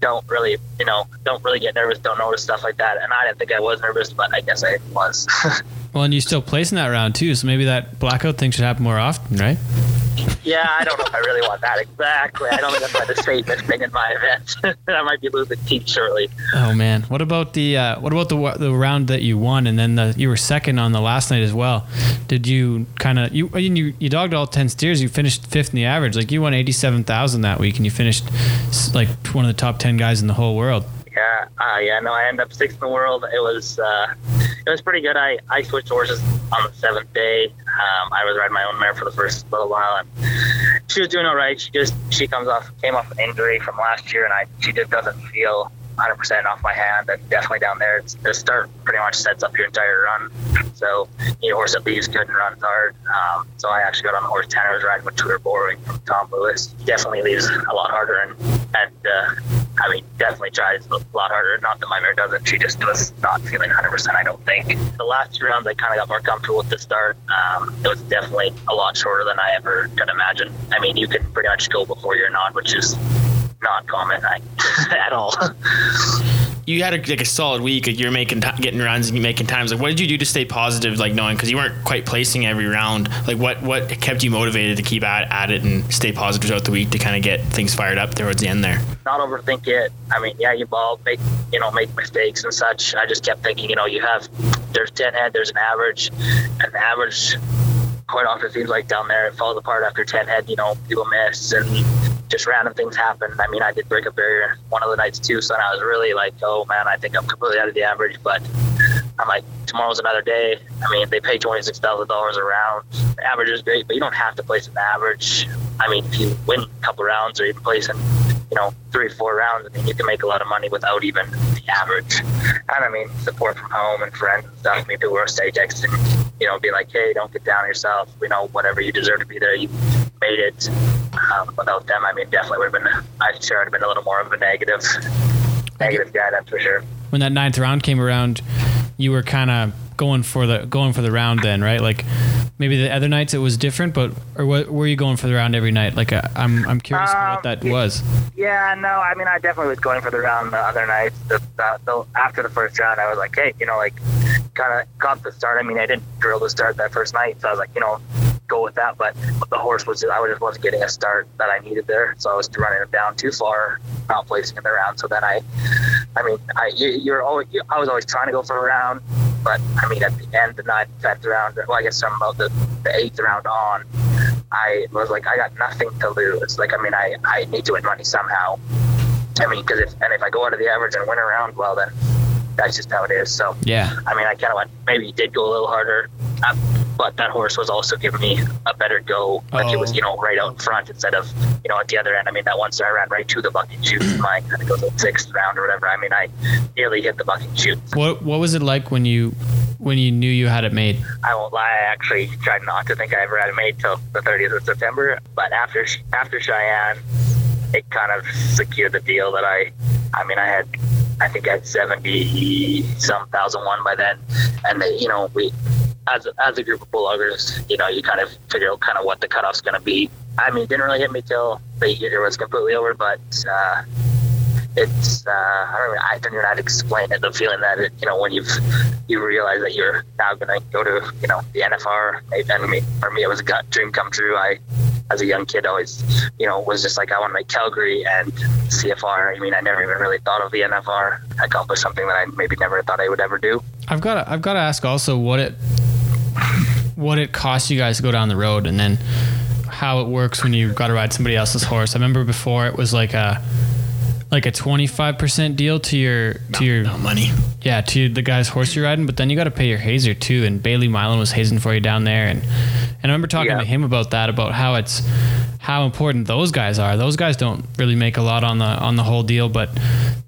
don't really, you know, don't really get nervous, don't notice stuff like that. And I didn't think I was nervous, but I guess I was.
Well, and you still place in that round too, so maybe that blackout thing should happen more often, right?
Yeah, I don't know if I really want that exactly. I don't think that's why the state thing in my event. I might be losing teeth shortly.
Oh man, what about the uh, what about the wa- the round that you won and then the, you were second on the last night as well? Did you kind of you, you you dogged all ten steers? You finished fifth in the average. Like you won eighty seven thousand that week, and you finished s- like one of the top ten guys in the whole world.
Yeah, uh, yeah, no, I ended up sixth in the world. It was uh, it was pretty good. I, I switched horses on the seventh day. Um, I was riding my own mare for the first little while, and she was doing all right. She just she comes off came off an injury from last year, and I she just doesn't feel 100% off my hand, and definitely down there, it's, the start pretty much sets up your entire run. So you need a horse that leaves good and runs hard. Um, so I actually got on the horse Tanner was riding with Tudor Borrowing from Tom Lewis. Definitely leaves a lot harder and and. Uh, I mean, definitely tries a lot harder. Not that my mare doesn't. She just was not feeling 100%, I don't think. The last two rounds, I kind of got more comfortable with the start. Um, it was definitely a lot shorter than I ever could imagine. I mean, you can pretty much go before your nod, which is not common I, at all.
you had a, like a solid week. Like you're making ti getting runs and you're making times. Like what did you do to stay positive? Like knowing because you weren't quite placing every round. Like what what kept you motivated to keep at, at it and stay positive throughout the week to kind of get things fired up towards the end there.
not overthink it. I mean, yeah, you ball, make you know, make mistakes and such. I just kept thinking, you know, you have there's ten head, there's an average, and the average quite often seems like down there it falls apart after ten head. You know, people miss and just random things happen. I mean, I did break a barrier one of the nights too, so I was really like, oh man, I think I'm completely out of the average, but. I'm like, tomorrow's another day. I mean, they pay twenty six thousand dollars a round. The average is great, but you don't have to place an average. I mean, if you win a couple rounds or even place in, you know, three, four rounds, I mean, you can make a lot of money without even the average. And I mean, support from home and friends and stuff. I mean, people are stay texting, you know, be like, hey, don't get down on yourself. You know, whatever you deserve to be there, you made it. Um, without them, I mean, definitely would have been. I'm sure I'd have been a little more of a negative, negative guy. That's for sure.
When that ninth round came around, you were kind of going for the going for the round then, right? Like maybe the other nights it was different, but or wa- were you going for the round every night? Like uh, I'm I'm curious what
Um,
that
yeah.
was.
Yeah, no, I mean, I definitely was going for the round the other night. The, the, the, after the first round, I was like, hey, you know, like, kind of caught the start. I mean, I didn't drill the start that first night, so I was like, you know, go with that. But the horse was, I just wasn't getting a start that I needed there, so I was running him down too far, not placing in the round. So then I, I mean, I you, you're always, you, I was always trying to go for a round, but I mean, at the end, the ninth, tenth round, well, I guess from about the, the eighth round on, I was like, I got nothing to lose. Like, I mean, I, I need to win money somehow. I mean, because if and if I go out of the average and win around, well, then that's just how it is. So
Yeah.
I mean, I kind of went, maybe did go a little harder, uh, but that horse was also giving me a better go. Like it was,
Oh.
you know, right out in front instead of, you know, at the other end. I mean, that one star I ran right to the bucket chute. Mine kind of goes to the sixth round or whatever. I mean, I nearly hit the bucket chute.
What what was it like when you when you knew you had it made?
I won't lie, I actually tried not to think I ever had a mate till the 30th of September. But after after Cheyenne, it kind of secured the deal that I, I mean, I had, I think I had 70 some thousand one by then, and they, you know, we, as a, as a group of bulldoggers, you know, you kind of figure out kind of what the cutoff's going to be. I mean, it didn't really hit me till the year was completely over, but. Uh, it's uh, I don't even, I don't even know how to explain it. The feeling that it, you know when you've you realize that you're now going to go to you know the NFR. And me, for me, it was a gut dream come true. I as a young kid always you know was just like I want to make Calgary and CFR. I mean, I never even really thought of the NFR. I accomplished something that I maybe never thought I would ever do.
I've got to, I've got to ask also what it what it costs you guys to go down the road and then how it works when you got to ride somebody else's horse. I remember before it was like a like a 25% deal to your to your
Not money.
yeah, to the guy's horse you're riding, but then you got to pay your hazer too. And Bailey Milan was hazing for you down there, and and I remember talking
Yeah.
to him about that, about how it's how important those guys are. Those guys don't really make a lot on the on the whole deal, but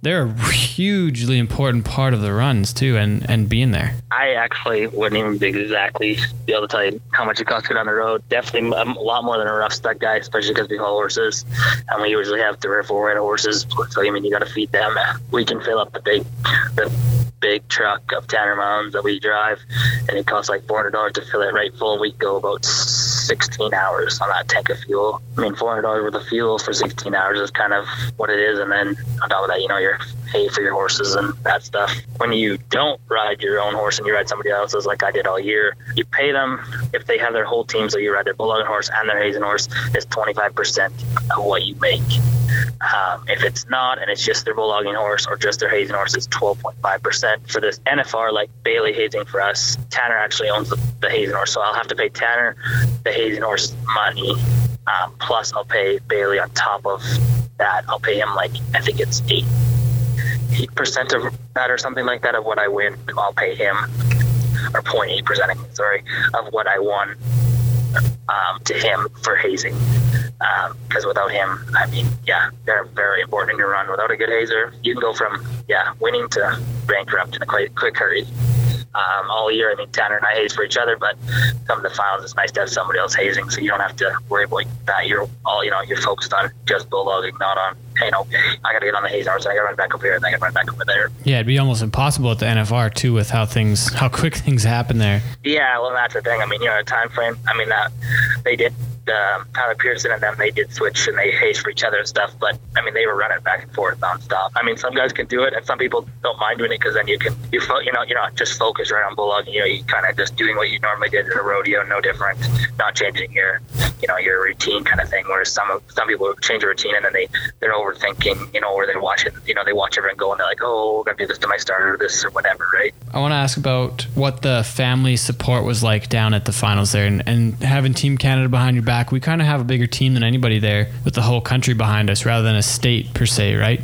they're a hugely important part of the runs too, and and being there.
I actually wouldn't even be exactly be able to tell you how much it costs to go down the road. Definitely um, a lot more than a rough stud guy, especially because we haul horses. And we usually have three or four red horses. So, I mean, you got to feed them. We can fill up the big, the big truck of Tanner Mounds that we drive, and it costs like $400 to fill it right full. We go about 16 hours on that tank of fuel. I mean, $400 worth of fuel for 16 hours is kind of what it is. And then on top of that, you know, your hay for your horses and that stuff. When you don't ride your own horse and you ride somebody else's, like I did all year, you pay them if they have their whole team. So you ride their bulldog horse and their hazen horse. It's 25% of what you make. Um, if it's not, and it's just their bulldogging horse or just their hazing horse, it's 12.5%. For this NFR, like Bailey hazing for us, Tanner actually owns the, the hazing horse, so I'll have to pay Tanner the hazing horse money. Um, plus, I'll pay Bailey on top of that. I'll pay him like I think it's eight eight percent of that or something like that of what I win. I'll pay him or 0.8 percent, sorry, of what I won um, to him for hazing. Because Um, without him, I mean, yeah, they're very important in your run. Without a good hazer, you can go from yeah winning to bankrupt in a quick, quick hurry. Um, all year, I think Tanner and I haze for each other, but come to the finals, it's nice to have somebody else hazing, so you don't have to worry about that. You're all you know, you're focused on just bulldogging, not on hey, no, I got to get on the haze hours, I got to run back over here, and I got to run back over there.
Yeah, it'd be almost impossible at the NFR too with how things, how quick things happen there.
Yeah, well, that's the thing. I mean, you know, a time frame. I mean, that they did um, Tyler Pearson and them. They did switch and they haze for each other and stuff. But I mean, they were running back and forth nonstop. I mean, some guys can do it, and some people don't mind doing it because then you can you fo- you know you're not just focused right on bulldog. You know, you kind of just doing what you normally did at a rodeo, no different, not changing your you know your routine kind of thing. Whereas some of some people change their routine and then they they're overthinking, you know, or they watch it, you know, they watch everyone go and they're like, oh, I'm gonna do this to my starter, or this or whatever, right?
I want to ask about what the family support was like down at the finals there, and, and having Team Canada behind your back. We kind of have a bigger team than anybody there, with the whole country behind us, rather than a state per se, right?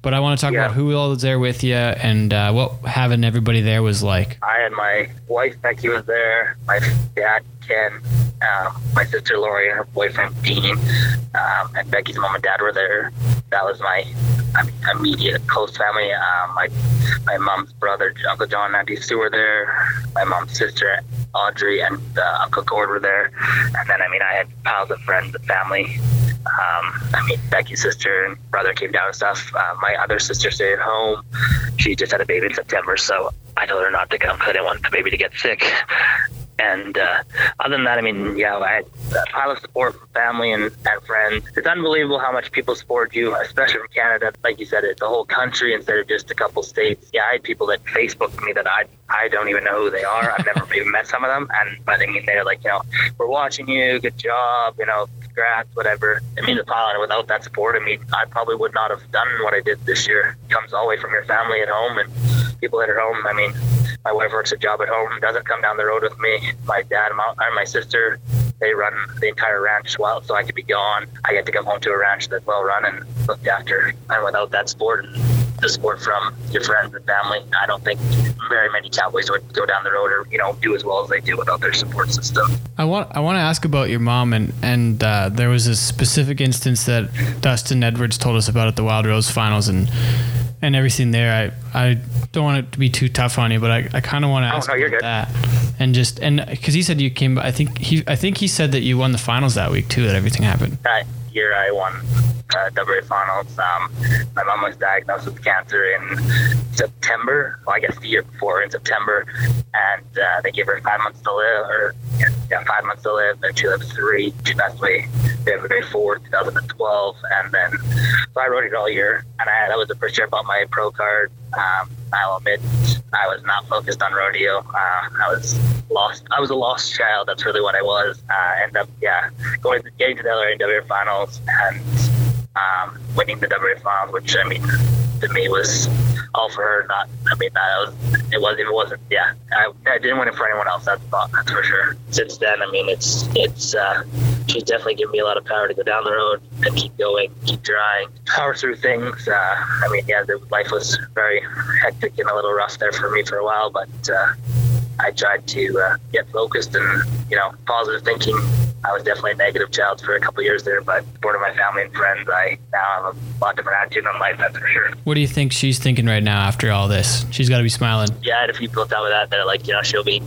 But I want to talk
Yeah.
about who all was there with you and uh, what having everybody there was like.
I had my wife Becky was there, my dad Ken, um, my sister Lori and her boyfriend Dean, um, and Becky's mom and dad were there. That was my I mean, immediate close family. Um, my my mom's brother Uncle John and Auntie Sue were there. My mom's sister Audrey and uh, Uncle Gord were there, and then I mean I had piles of friends and family. Um, I mean Becky's sister and brother came down and stuff. Uh, my other sister stayed at home. She just had a baby in September, so I told her not to come because I didn't want the baby to get sick. And uh, other than that, I mean, yeah, I had a pile of support from family and, and friends. It's unbelievable how much people support you, especially from Canada. Like you said, it's the whole country instead of just a couple states. Yeah, I had people that Facebooked me that I I don't even know who they are. I've never even met some of them. And but I mean, they're like, you know, we're watching you. Good job. You know, congrats, whatever. It means a lot. And without that support, I mean, I probably would not have done what I did this year. It comes all the way from your family at home and people that are home. I mean, my wife works a job at home, doesn't come down the road with me. My dad, my, or my sister, they run the entire ranch well, so I could be gone. I get to come home to a ranch that's well run and looked after. And without that support and the support from your friends and family, I don't think very many cowboys would go down the road or you know do as well as they do without their support system.
I want I want to ask about your mom and and uh, there was a specific instance that Dustin Edwards told us about at the Wild Rose Finals and and everything there. I I don't want it to be too tough on you, but I, I kind of want to ask
Oh, no, you're
about that and just and because he said you came. I think he I think he said that you won the finals that week too. That everything happened.
that year I won uh, WA finals. Um, my mom was diagnosed with cancer in September. Well, I guess the year before in September, and uh, they gave her five months to live, or yeah, five months to live, and she lived three. She passed away February 4, 2012, and then so I rode it all year, and I that was the first year I bought my pro card. Um, I'll admit I was not focused on rodeo. Uh, I was lost. I was a lost child. That's really what I was. Uh, end up, yeah, going to, getting to the LRNW finals and um, winning the WA finals, which I mean, to me was all for her. Not, I mean, that was it was it wasn't. Yeah, I, I didn't win it for anyone else. That's for- that's for sure. Since then, I mean, it's it's uh, she's definitely given me a lot of power to go down the road and keep going, keep trying, power through things. Uh, I mean, yeah, the life was very hectic and a little rough there for me for a while, but. Uh, I tried to uh, get focused and you know positive thinking I was definitely a negative child for a couple years there, but support of my family and friends, I now have a lot different attitude on life, that's for sure.
What do you think she's thinking right now after all this? She's got to be smiling.
Yeah, I had a few people tell me that that like, you know, she'll be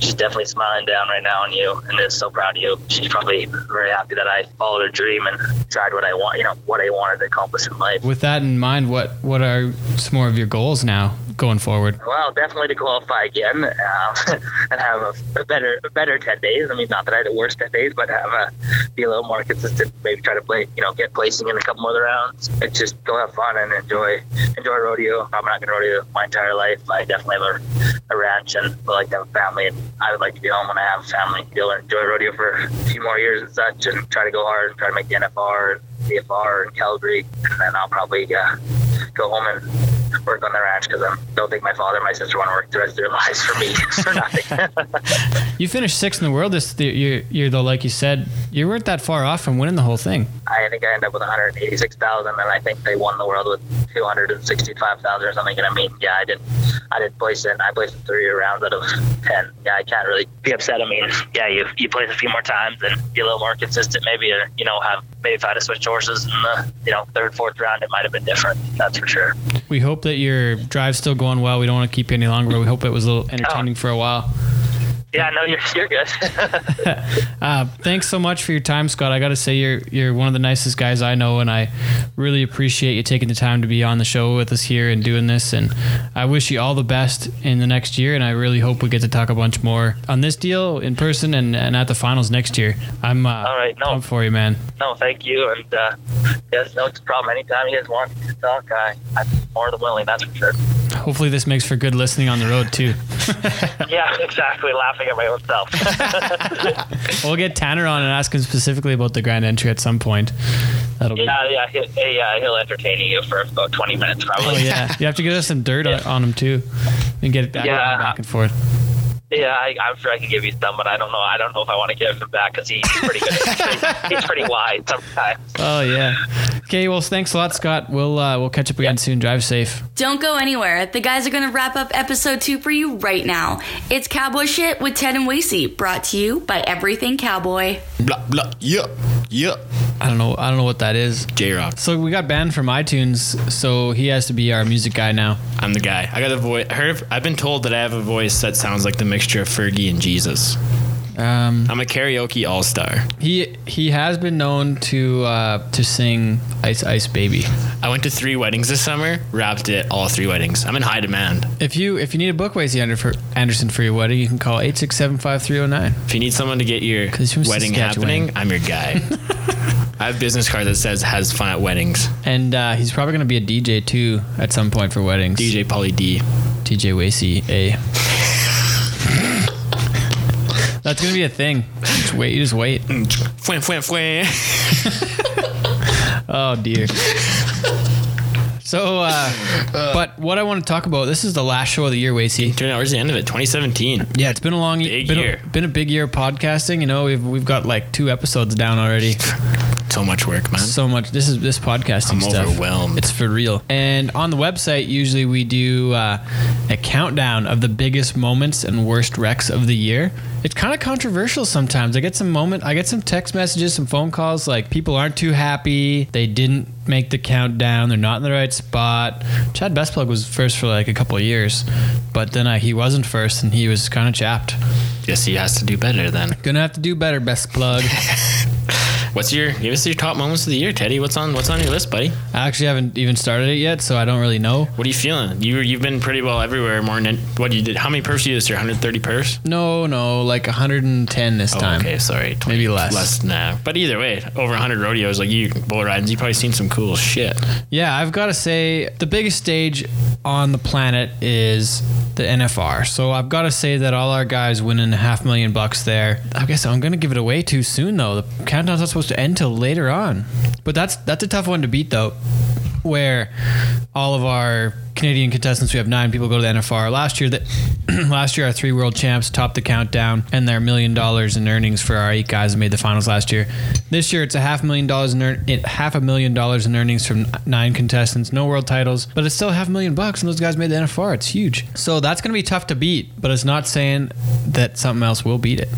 she's definitely smiling down right now on you and is so proud of you. She's probably very happy that I followed her dream and tried what I want you know, what I wanted to accomplish in life.
With that in mind, what what are some more of your goals now going forward?
Well, definitely to qualify again uh, and have a, a better a better ten days. I mean, not that I had the worst ten days, but have a be a little more consistent. Maybe try to play, you know, get placing in a couple other rounds. And just go have fun and enjoy enjoy rodeo. I'm not gonna rodeo my entire life. I definitely have a, a ranch and would like to have a family. And I would like to be home when I have a family. Go and enjoy rodeo for a few more years and such, and try to go hard and try to make the NFR, CFR, and Calgary, and then I'll probably uh, go home and work on the ranch because I don't think my father and my sister want to work the rest of their lives for me for nothing.
You finished sixth in the world this th- year, year, though, like you said, you weren't that far off from winning the whole thing.
I think I ended up with 186,000, and I think they won the world with 265,000 or something. And I mean, yeah, I didn't, I didn't place it. I placed in three rounds out of ten. Yeah, I can't really be upset. I mean, yeah, you you place a few more times and be a little more consistent, maybe, or you know, have maybe if I had to switch horses in the you know third, fourth round, it might have been different. That's for sure.
We hope that your drive's still going well. We don't want to keep you any longer. but We hope it was a little entertaining for a while.
Yeah, no, you're you're good.
Uh, thanks so much for your time, Scott. I got to say, you're you're one of the nicest guys I know, and I really appreciate you taking the time to be on the show with us here and doing this. And I wish you all the best in the next year. And I really hope we get to talk a bunch more on this deal in person and, and at the finals next year. I'm uh,
All right, no.
pumped for you, man.
no, thank you, and uh, yes, no, it's a problem. Anytime you guys want to talk, I I'm more than willing. That's for sure.
Hopefully, this makes for good listening on the road too.
Yeah, exactly. Laughing at my own self.
we'll get Tanner on and ask him specifically about the grand entry at some point. That'll be.
yeah, yeah, he'll, yeah, he'll entertain you for about 20 minutes probably.
Oh yeah, you have to get us some dirt on, on him too, and get it back,
Yeah.
back and forth.
Yeah, I, I'm sure I can give you some, but I don't know. I don't know if I want to give him back because he's pretty good. he's, pretty, he's pretty wide sometimes.
Oh yeah. Okay. Well, thanks a lot, Scott. We'll uh, we'll catch up again soon. Drive safe.
Don't go anywhere. The guys are going to wrap up episode two for you right now. It's Cowboy Shit with Ted and Wasey, brought to you by Everything Cowboy.
Blah, blah, yup, yup.
I don't know. I don't know what that is.
J Rock.
So we got banned from iTunes, so he has to be our music guy now.
I'm the guy. I got a voice. I've been told that I have a voice that sounds like the mixture of Fergie and Jesus.
Um,
I'm a karaoke all star.
he he has been known to uh, to sing "Ice Ice Baby."
I went to three weddings this summer, rapped at all three weddings. I'm in high demand.
If you if you need a book, Wazy Ander- for- Anderson for your wedding, you can call eight six seven five three zero nine.
If you need someone to get your
he's from
wedding
Saskatchewan.
happening, I'm your guy. I have a business card that says has fun at weddings.
And uh, he's probably gonna be a DJ too at some point for weddings.
DJ Polly D.
TJ Wacy A. That's gonna be a thing. Just wait, you just wait.
Fwin, fwin, fwin.
Oh dear. So, uh, but what I want to talk about, this is the last show of the year, Wacy.
Dude, now where's the end of it? 2017.
Yeah, it's been a long
Big
been
year.
A, been a big year of podcasting. You know, we've we've got like two episodes down already.
So much work, man.
so much. This is this podcasting
I'm
stuff.
overwhelmed.
It's for real. And on the website, usually we do uh, a countdown of the biggest moments and worst wrecks of the year. It's kind of controversial sometimes. I get some moment, I get some text messages, some phone calls. Like people aren't too happy. They didn't make the countdown. They're not in the right spot. Chad Bestplug was first for like a couple of years, but then uh, he wasn't first, and he was kind of chapped.
Guess he has to do better then.
Gonna have to do better, Best Plug.
What's your give us your top moments of the year, Teddy? What's on what's on your list, buddy?
I actually haven't even started it yet, so I don't really know.
What are you feeling? You you've been pretty well everywhere. More than what you did. How many perfs you did this year? 130 perfs.
No, no, like 110 this time.
Oh, Okay, sorry. 20,
Maybe less.
Less now. But either way, over 100 rodeos, like you bull ridings, you probably seen some cool shit.
Yeah, I've got to say the biggest stage on the planet is the NFR. So I've got to say that all our guys winning a half million bucks there. I guess I'm going to give it away too soon though. The countdown's not supposed to end till later on. But that's that's a tough one to beat though. Where all of our Canadian contestants, we have nine people go to the NFR. Last year, that last year our three world champs topped the countdown, and their million dollars in earnings for our eight guys that made the finals last year. This year, it's a half million dollars in earn, it, half a million dollars in earnings from nine contestants, no world titles, but it's still half a million bucks, and those guys made the NFR. It's huge. So that's going to be tough to beat, but it's not saying that something else will beat it.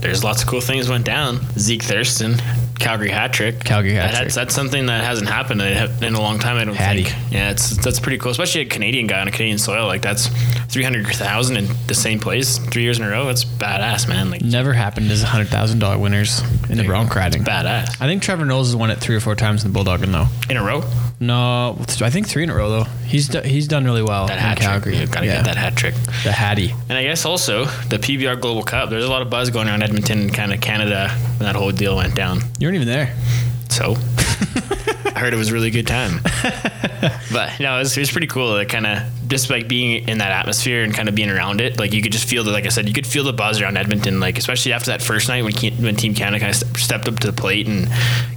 there's lots of cool things went down. Zeke Thurston, Calgary hat trick.
Calgary
That-
hat trick.
That's, that's something that hasn't happened in in a long time. I don't
Hattie.
think. Yeah, it's that's pretty cool, especially a Canadian guy on a Canadian soil. Like that's three hundred thousand in the same place three years in a row. That's badass, man. Like
Never happened as hundred thousand dollar winners in the bronc riding.
badass
I think Trevor Knowles has won it three or four times in the bulldogging though.
in a row.
No, th- I think three in a row though. He's do- he's done really well
That
in
hat
Calgary.
trick. You've got to
Yeah.
get that hat trick.
The Hattie.
And I guess also the PBR Global Cup. There's a lot of buzz going around Edmonton and kind of Canada when that whole deal went down.
You weren't even there.
So I heard it was a really good time. but no, it was, it was pretty cool. Like kind of just like being in that atmosphere and kind of being around it. Like you could just feel the, like I said, you could feel the buzz around Edmonton. Like especially after that first night when Ke- when Team Canada kind of ste- stepped up to the plate and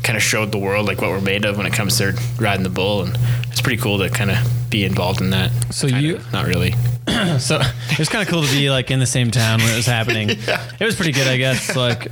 kind of showed the world like what we're made of when it comes to riding the bull. And it's pretty cool to kind of be involved in that.
So
Kinda.
you-
not really.
So it was kind of cool to be like in the same town when it was happening. It was pretty good, I guess. Like,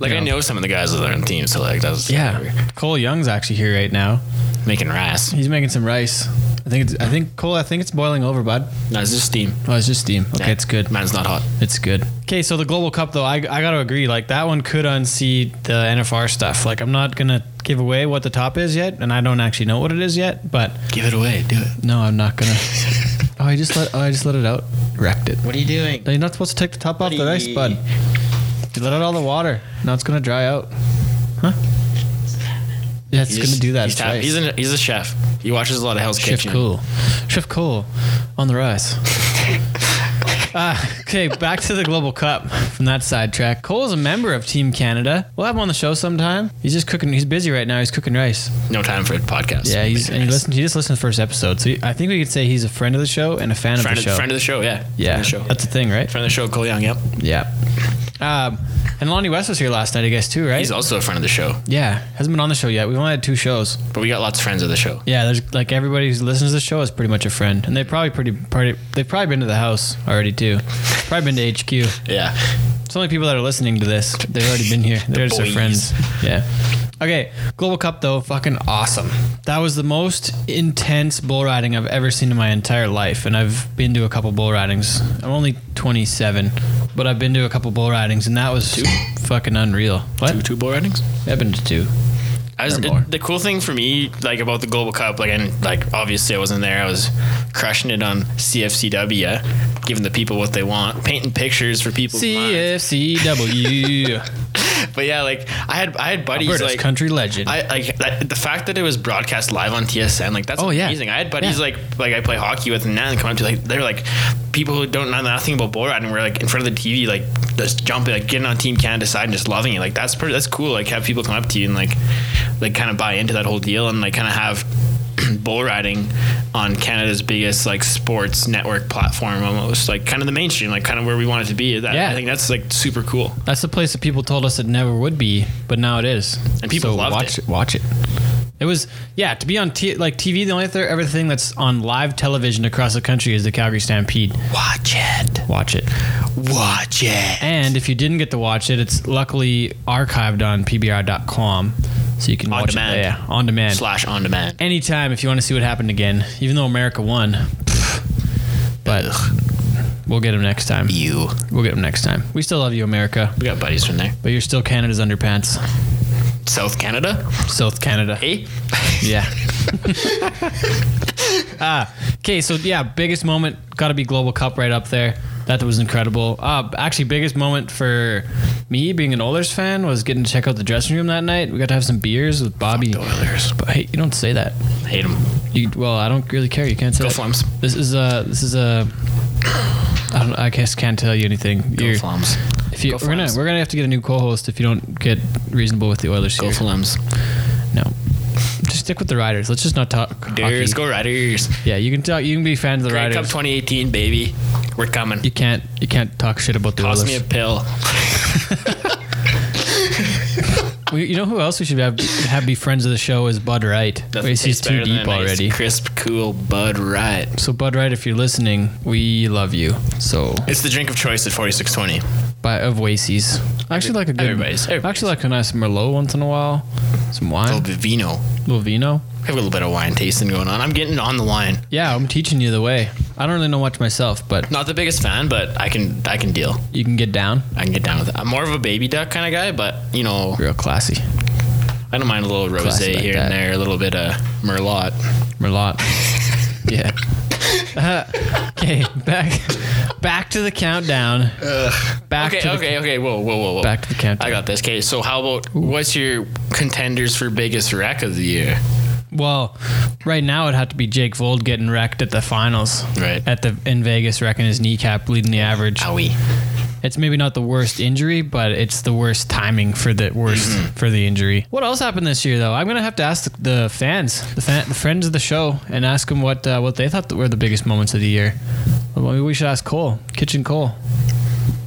Like
you
I know some of the guys that are on the team, so like that was
Yeah, Cole Young's actually here right now.
making rice.
He's making some rice. I think it's, I think Cole. I think it's boiling over, bud.
No, it's just steam.
Oh, it's just steam. Okay,
Yeah.
it's good.
Mine's not hot.
It's good. Okay, so the Global Cup though, I, I gotta agree. Like that one could unseat the NFR stuff. Like I'm not gonna give away what the top is yet, and I don't actually know what it is yet. But
Give it away. Do it.
no, I'm not gonna. oh, I just let oh, I just let it out. Wrecked it.
What are you doing?
You're not supposed to take the top off the rice, bud. You let out all the water. Now it's gonna dry out. Huh? Yeah, it's
He's
gonna do that.
He's, tap-
twice.
he's, an, he's a chef. He watches a lot of Hell's
Chef
Kitchen.
Cool. Chef Cool on the rise. Uh, okay, back to the Global Cup from that sidetrack. Cole is a member of Team Canada. We'll have him on the show sometime. He's just cooking. He's busy right now. He's cooking rice.
No time for a podcast.
Yeah, he's and he listened. He just listened to the first episode, so he- I think we could say he's a friend of the show and a fan
Friend
of
of,
the show.
friend of the show. Yeah.
yeah,
Friend of the show.
that's the thing, right?
friend of the show. Cole Young. Yep.
Yeah. Um, and Lonnie West was here last night, I guess, too, right?
He's also a friend of the show.
yeah, hasn't been on the show yet. We've only had two shows.
But we got lots of friends of the show.
Yeah, there's like everybody who listens to the show is pretty much a friend, and they probably pretty pretty they've probably been to the house already too. Probably been to HQ.
Yeah.
It's only people that are listening to this. They've already been here. They're just our
boys.
friends. Yeah. Okay, Global Cup though, fucking awesome. That was the most intense bull riding I've ever seen in my entire life, and I've been to a couple bull ridings. I'm only 27, but I've been to a couple bull ridings, and that was fucking unreal.
Two,
What?
two bull ridings.
I've been to two.
I was,
Or more.
the cool thing for me, like about the Global Cup, like and like obviously I wasn't there. I was crushing it on CFCW, giving the people what they want, painting pictures for people.
CFCW,
But yeah, like I had I had buddies
Alberta's
like
country legend.
I like that, the fact that it was broadcast live on TSN. Like that's
Oh, yeah.
amazing. I had buddies
Yeah.
like like I play hockey with and now and come up to like they're like people who don't know nothing about bull riding. We're like in front of the TV, like just jumping, like getting on Team Canada side and just loving it. Like that's pretty, that's cool. Like have people come up to you and like like kind of buy into that whole deal and like kind of have bull riding on Canada's biggest like sports network platform almost like kind of the mainstream like kind of where we want it to be that,
Yeah.
I think that's like super cool
That's the place that people told us it never would be, but now it is.
And people
so
loved
watch
it.
Watch it. It was yeah to be on t- like TV. The only th- ever thing that's on live television across the country is the Calgary Stampede.
watch it
Watch it.
watch it
And if you didn't get to watch it, it's luckily archived on PBR.com, so you can
On
watch
demand.
it. Yeah, on demand.
slash on demand
Anytime if you want to see what happened again. Even though America won, Pfft. but we'll get them next time.
you.
We'll get them next time. We still love you, America,
We got buddies from there.
but you're still Canada's underpants,
South Canada.
South Canada.
Hey.
Yeah. ah, okay, so yeah, biggest moment got to be Global Cup right up there. That was incredible. Uh, actually, biggest moment for me being an Oilers fan was getting to check out the dressing room that night. We got to have some beers with Bobby.
Oilers.
But hey, you don't say that.
Hate them.
You well, I don't really care. You can't say
Go
that.
Flames.
This is a this is a. I, don't, I guess can't tell you anything.
Go
You're-
Flums.
if you,
Go
we're gonna
Flames.
we're gonna have to get a new co-host if you don't get reasonable with the Oilers.
Go
here.
Flums.
No. Just stick with the Riders. Let's just not talk. hockey.
Riders. Go Riders.
Yeah, you can talk. You can be a fan of the
Grey Cup
Riders.
2018, baby. We're coming.
you can't. You can't talk shit about the
Toss
Oilers.
me a pill.
We- you know who else we should have have be friends of the show is Bud Wright.
Nothing
He's
tastes
too
better than
deep
a nice,
already.
crisp, cool Bud Right.
So Bud Wright, if you're listening, we love you. So
It's the drink of choice at 4620.
by of Wacy's. I actually like a good.
Everybody's- everybody's.
I actually like a nice Merlot once in a while. Some
A little
wine,
bit of vino.
a little vino.
We have a little bit of wine tasting going on. I'm getting on the wine.
Yeah, I'm teaching you the way. I don't really know much myself, but
Not the biggest fan, but I can I can deal.
you can get down.
I can get down with it. I'm more of a baby duck kind of guy, but you know,
Real classy.
I don't mind a little rosé
Classy like
here
that.
and there, a little bit of merlot.
Merlot. yeah. Okay, back back to the countdown. Back
Okay,
to the
okay, okay. Whoa, whoa, whoa, whoa.
back to the countdown.
I got this. Okay, so how about what's your contenders for biggest wreck of the year?
Well, right now it'd have to be Jake Vold getting wrecked at the finals.
Right.
At the in Vegas wrecking his kneecap, bleeding the average.
Owie.
It's maybe not the worst injury, but it's the worst timing for the worst
Mm-hmm.
for the injury. What else happened this year, though? I'm gonna have to ask the, the fans, the, fan, the friends of the show, and ask them what uh, what they thought were the biggest moments of the year. Well, maybe we should ask Cole, Kitchen Cole.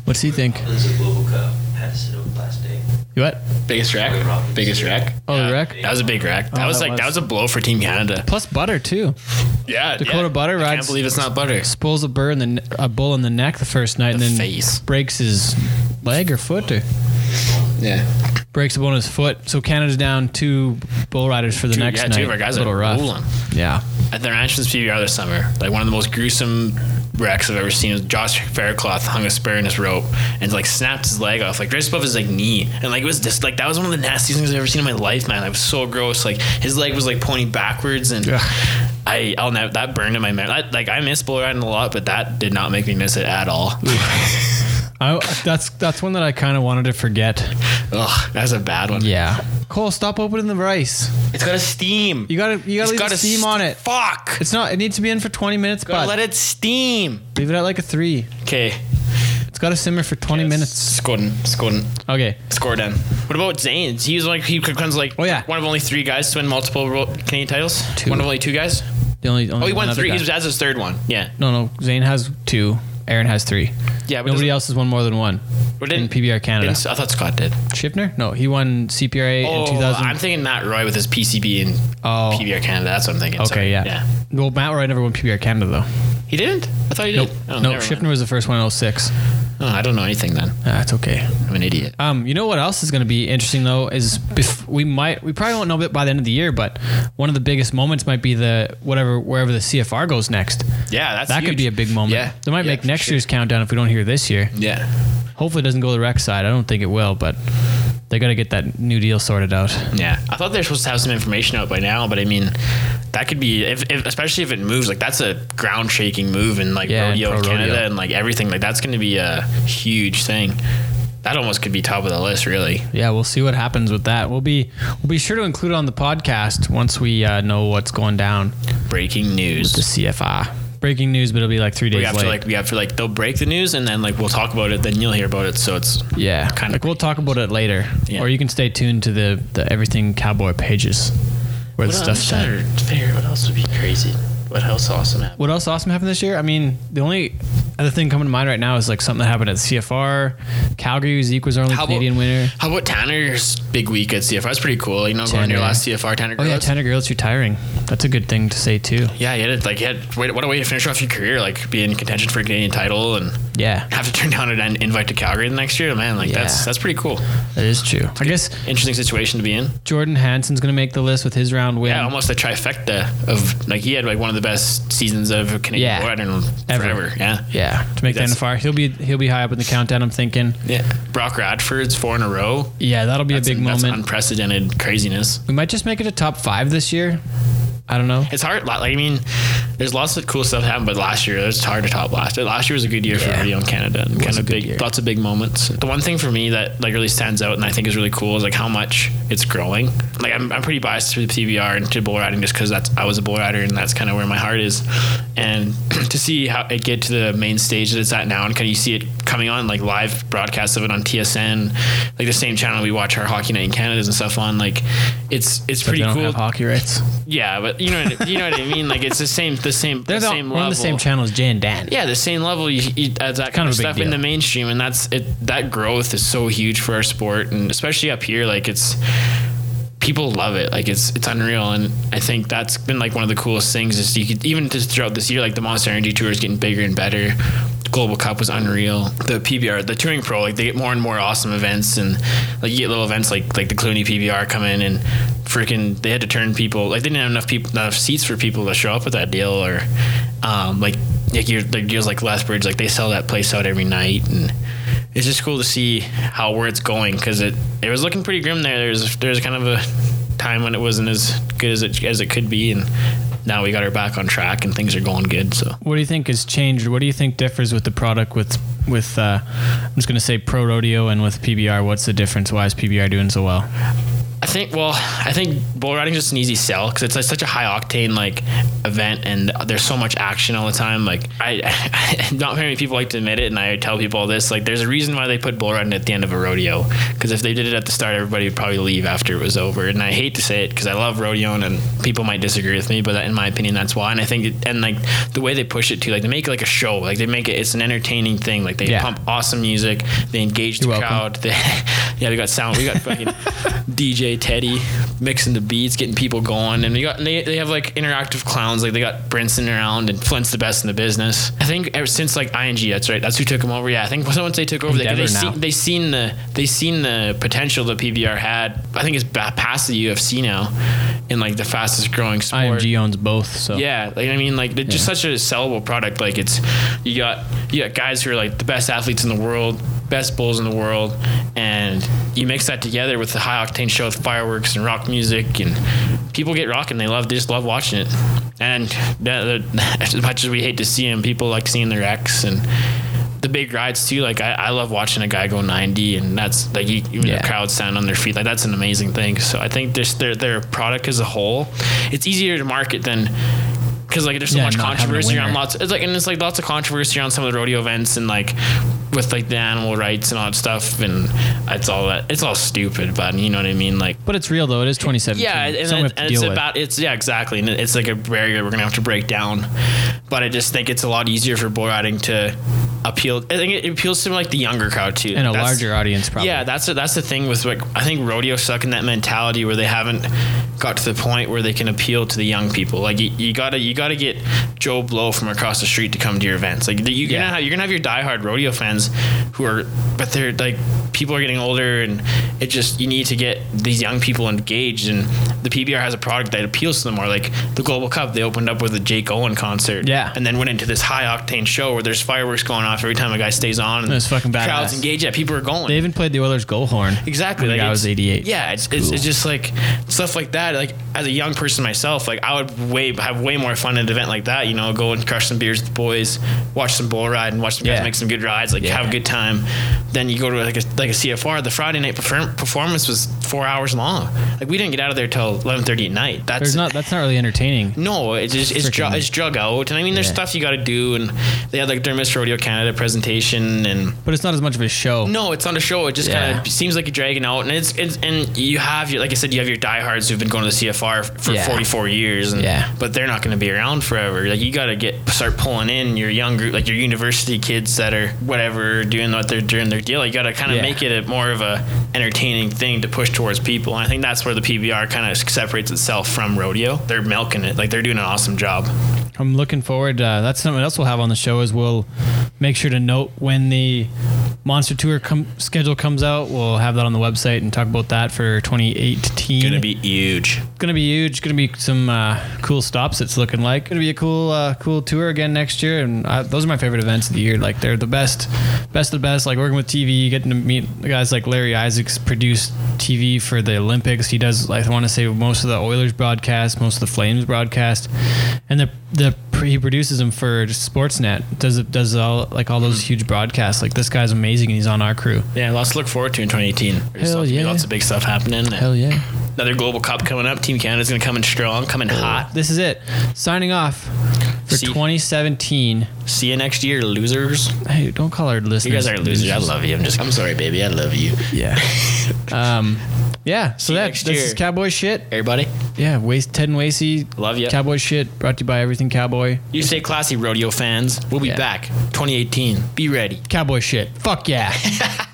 What's he think?
There's a global cup. Had to sit out last day.
What?
Biggest wreck? Biggest wreck?
Oh, the
Yeah,
wreck? Oh,
That was a big wreck. that was
that
like
was.
that was a blow for Team Canada.
Plus butter too.
Yeah,
Dakota
yeah.
Butter
I
rides-
can't believe it's not butter.
Pulls a burr in the ne- a bull in the neck the first night,
The
and then
face.
breaks his leg or foot or
Yeah,
breaks a bone in his foot. So Canada's down two bull riders for the
two,
next
yeah,
night.
two of our guys
a little
are
rough.
rolling.
Yeah.
At the Ranchman's PBR this summer, like one of the most gruesome wrecks I've ever seen was Josh Faircloth hung a spare in his rope and like snapped his leg off, like right above his like knee. And like it was just like that was one of the nastiest things I've ever seen in my life, man. It was so gross. Like his leg was like pointing backwards and
Ugh.
I I'll never that burned in my memory. That- Like I miss bull riding a lot, but that did not make me miss it at all.
I, that's that's one that I kind of wanted to forget.
Ugh, that's a bad one.
Yeah. Cole, stop opening the rice.
It's got a steam.
You gotta you gotta leave the steam
st-
on it.
Fuck.
It's not. It needs to be in for 20 minutes,
Gotta
but
let it steam.
leave it at like a three.
Okay.
It's got to simmer for 20 minutes.
Scoring. Scoring.
Okay.
Score done. What about Zane? He was like he comes like
Oh, yeah.
one of only three guys to win multiple world Canadian titles.
Two.
One of only two guys.
The only, only
Oh, he
one
won
other
three.
guy.
He was as his third one. Yeah.
no, no. Zane has two. Aaron has three.
Yeah. But
Nobody
doesn't-
else has won more than one
Well,
in
didn't-
PBR Canada.
didn't- I thought Scott did.
Schiffner? No, he won CPRA
Oh,
in 2000.
I'm thinking Matt Roy with his PCB and
Oh.
PBR Canada. That's what I'm thinking.
okay,
Sorry.
yeah.
Yeah.
Well, Matt Roy never won PBR Canada though.
He didn't. I thought he
Nope.
did. Oh,
no,
never mind.
Schiffner was the first one in 06.
Oh, I don't know anything then.
Ah, it's okay.
I'm an idiot.
Um, you know what else is going to be interesting though is bef- we might we probably won't know it by the end of the year, but one of the biggest moments might be the whatever wherever the CFR goes next.
Yeah, that's
that could
huge.
be a big moment.
Yeah,
they might
yeah,
make
for
next
sure.
year's countdown if we don't hear this year.
Yeah.
Hopefully, it doesn't go the rec side. I don't think it will, but they got to get that new deal sorted out.
Yeah, I thought they're supposed to have some information out by now, but I mean, that could be, if, if, especially if it moves, like that's a ground shaking move in like
Yeah, in
rodeo
pro
in Canada
rodeo.
and like everything. Like that's going to be a huge thing. That almost could be top of the list, really.
Yeah, we'll see what happens with that. We'll be we'll be sure to include it on the podcast once we uh, know what's going down.
Breaking
The
news.
CFR breaking news, but it'll be like three days
We have
late.
to like, we have to like, they'll break the news and then like we'll talk about it, then you'll hear about it. So it's,
Yeah,
Kinda
like we'll talk about it later,
Yeah.
or you can stay tuned to the, the everything cowboy pages where the stuff's at.
Figure what else would be crazy. What else awesome happened?
What else awesome happened this year? I mean, the only other thing coming to mind right now is like something that happened at CFR. Calgary Zeke was our only
How about-
Canadian winner.
How about Tanner's big week at CFR? That's pretty cool. You know, going to
Tanner.
your last CFR, Tanner.
Oh yeah,
Groves.
Tanner Girls retiring. That's a good thing to say too.
Yeah, you had like you had wait, what a way to finish off your career, like be in contention for a Canadian title and
Yeah,
have to turn down an invite to Calgary the next year. Man, like
Yeah.
that's that's pretty cool.
that is true. I guess
Interesting situation to be in.
Jordan Hansen's gonna make the list with his round win.
Yeah, almost a trifecta of like he had like one of the best seasons of a Canadian
Yeah.
yeah. I don't know
Ever.
forever. Yeah.
Yeah, to make the
That's-
NFR, he'll be he'll be high up in the countdown. I'm thinking.
Yeah. Brock Radford's four in a row.
Yeah, that'll be
That's,
a big
that's
moment.
unprecedented craziness.
we might just make it a top five this year. I don't know.
It's hard. Like, I mean, there's lots of cool stuff happened, but last year it's hard to top last year. Last year was a good year for
Yeah.
rodeo in Canada. And kind
a
of
good
big,
year.
lots of big moments. The one thing for me that like really stands out and I think is really cool is like how much it's growing. Like I'm, I'm pretty biased to the PBR and to bull riding just because that's I was a bull rider and that's kind of where my heart is. And to see how it get to the main stage that it's at now and kind of you see it coming on like live broadcasts of it on TSN, like the same channel we watch our hockey night in Canada's and stuff on. Like it's it's
But
pretty
they don't
cool
have hockey rights.
yeah, but you know, what, you know what I mean. Like it's the same, the same,
They're
the
the,
same
we're on the same
level.
channel as Jay and Dan.
Yeah, the same level. You, you, as that kind
of
of,
a big
stuff in
deal.
the mainstream, and that's it. That growth is so huge for our sport, and especially up here, like it's people love it. Like it's it's unreal, and I think that's been like one of the coolest things. Is you could even just throughout this year, like the Monster Energy Tour is getting bigger and better. Global Cup was unreal. The PBR, the Touring Pro, like they get more and more awesome events, and like you get little events like like the Clooney PBR come in and freaking they had to turn people like they didn't have enough people enough seats for people to show up at that deal or um, like like you're like deals like Lethbridge, like they sell that place out every night, and it's just cool to see how where it's going because it it was looking pretty grim there. There's there's kind of a time when it wasn't as good as it as it could be, and now we got her back on track and things are going good. So
What do you think has changed? What do you think differs with the product with with uh, I'm just gonna say pro rodeo and with PBR? What's the difference? Why is PBR doing so well?
I think well, I think bull riding is just an easy sell because it's like such a high octane like event, and there's so much action all the time. Like I, not very many people like to admit it, and I tell people all this. Like there's a reason why they put bull riding at the end of a rodeo because if they did it at the start, everybody would probably leave after it was over. And I hate to say it because I love rodeoing, and people might disagree with me, but that, in my opinion, that's why. And I think it, and like the way they push it too, like they make it like a show, like they make it it's an entertaining thing. Like they
Yeah.
pump awesome music, they engage the
You're welcome.
crowd. They, yeah, we got sound, we got fucking DJ Teddy mixing the beats, getting people going, and we got and they, they have like interactive clowns. Like they got Brinson around and Flint's the best in the business. I think ever since like ING, that's right, that's who took them over. Yeah, I think once they took over, they, they
Endeavor now.
seen, they seen the they seen the potential that PBR had. I think it's ba- past the UFC now, in like the fastest growing sport.
IMG owns both, so
Yeah, like I mean, like they're just such a sellable product. Like it's you got you got guys who are like the best athletes in the world, best bulls in the world, and you mix that together with the high octane show with fireworks and rock music, and people get rocking. They love they just love watching it. And that, that- as much as we hate to see them, people like seeing their ex and. The big rides too. Like I, I love watching a guy go 90, and that's like you, even
Yeah.
the crowd stand on their feet. Like that's an amazing thing. So I think just their their product as a whole, it's easier to market than because like there's so
Yeah,
much
not having a
controversy around
winner.
lots. It's like and it's like lots of controversy around some of the rodeo events and like with like the animal rights and all that stuff. And it's all that it's all stupid, but you know what I mean. Like
But it's real though. It is 2017.
yeah, and,
so we
it-
have to
and
deal
it's
with.
about it's yeah exactly, and it- it's like a barrier we're gonna have to break down. But I just think it's a lot easier for bull riding to appeal. I think it appeals to like the younger crowd too,
and a
That's-
larger audience, probably.
yeah, that's the- that's the thing with like I think rodeo stuck in that mentality where they haven't got to the point where they can appeal to the young people. Like you, you gotta you gotta get Joe Blow from across the street to come to your events. Like you, are
Yeah.
gonna have, you're gonna have your diehard rodeo fans who are, but they're like people are getting older and it just you need to get these young people engaged and the PBR has a product that appeals to them more. Like the Global Cup, they opened up with a Jake Owen concert,
Yeah.
and then went into this high octane show where there's fireworks going off every time a guy stays on. And
That's fucking
Crowds
badass.
engaged. Yeah, people are going.
They even played the Oilers' goal horn.
Exactly.
When the guy
it's-
was 88.
Yeah, it's, it's,
cool.
it's just like stuff like that. Like as a young person myself, like I would way have way more fun at an event like that. You know, go and crush some beers with the boys, watch some bull ride, and watch the guys
Yeah.
make some good rides. Like
Yeah.
have a good time. Then you go to like a, like a CFR. The Friday night perform- performance was four hours long. Like we didn't get out of there till eleven thirty at night. That's
There's not. That's not really entertaining.
no, it's just, it's, dr-
Freaking-
it's drug out, and I mean, there's
Yeah.
stuff you got to do, and they had like their Miss Rodeo Canada presentation, and
But it's not as much of a show.
no, it's on the show. It just
Yeah.
kind of seems like you're dragging out, and it's, it's and you have your like I said, you have your diehards who've been going to the CFR for
Yeah.
44 years, and
Yeah.
but they're not going to be around forever. Like you got to get start pulling in your young group, like your university kids that are whatever doing what they're doing their deal. You got to kind of
Yeah.
make it a, more of a entertaining thing to push towards people, and I think that's where the PBR kind of separates itself from rodeo. They're milking it, like they're doing an awesome job.
I'm looking forward. Uh, that's something else we'll have on the show. Is we'll make sure to note when the Monster Tour com- schedule comes out. We'll have that on the website and talk about that for 2018.
Gonna be huge.
gonna be huge. Gonna be some uh, cool stops. It's looking like gonna be a cool, uh, cool tour again next year. And uh those are my favorite events of the year. Like they're the best, best of the best. Like working with TV, getting to meet the guys like Larry Isaacs produced TV for the Olympics. He does. I want to say most of the Oilers broadcast, most of the Flames broadcast, and the the he produces them for Sportsnet. Does it does all like all those huge broadcasts. Like this guy's amazing, and he's on our crew.
Yeah, lots to look forward to in 2018. There's
Hell
lots-
yeah.
lots of big stuff happening.
Hell yeah!
another global cup coming up. Team Canada's going to come in strong, coming hot.
Ah, This is it. Signing off for
See-
2017.
See you next year, losers.
Hey, don't call our listeners.
You guys aren't losers. I love you. I'm just. I'm sorry, baby. I love you,
Yeah. um, yeah. So
you
that
next
this
year.
is cowboy shit.
everybody.
Yeah. Waste Ted and Wasey.
Love ya.
Cowboy shit. Brought to you by Everything Cowboy.
You stay classy, rodeo fans. We'll be
Yeah.
back 2018. Be ready.
Cowboy shit. Fuck yeah.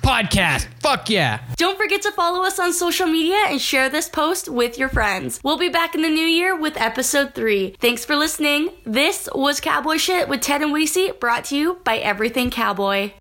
Podcast. Fuck yeah.
Don't forget to follow us on social media and share this post with your friends. We'll be back in the new year with episode three. Thanks for listening. This was Cowboy Shit with Ted and Weesey, brought to you by Everything Cowboy.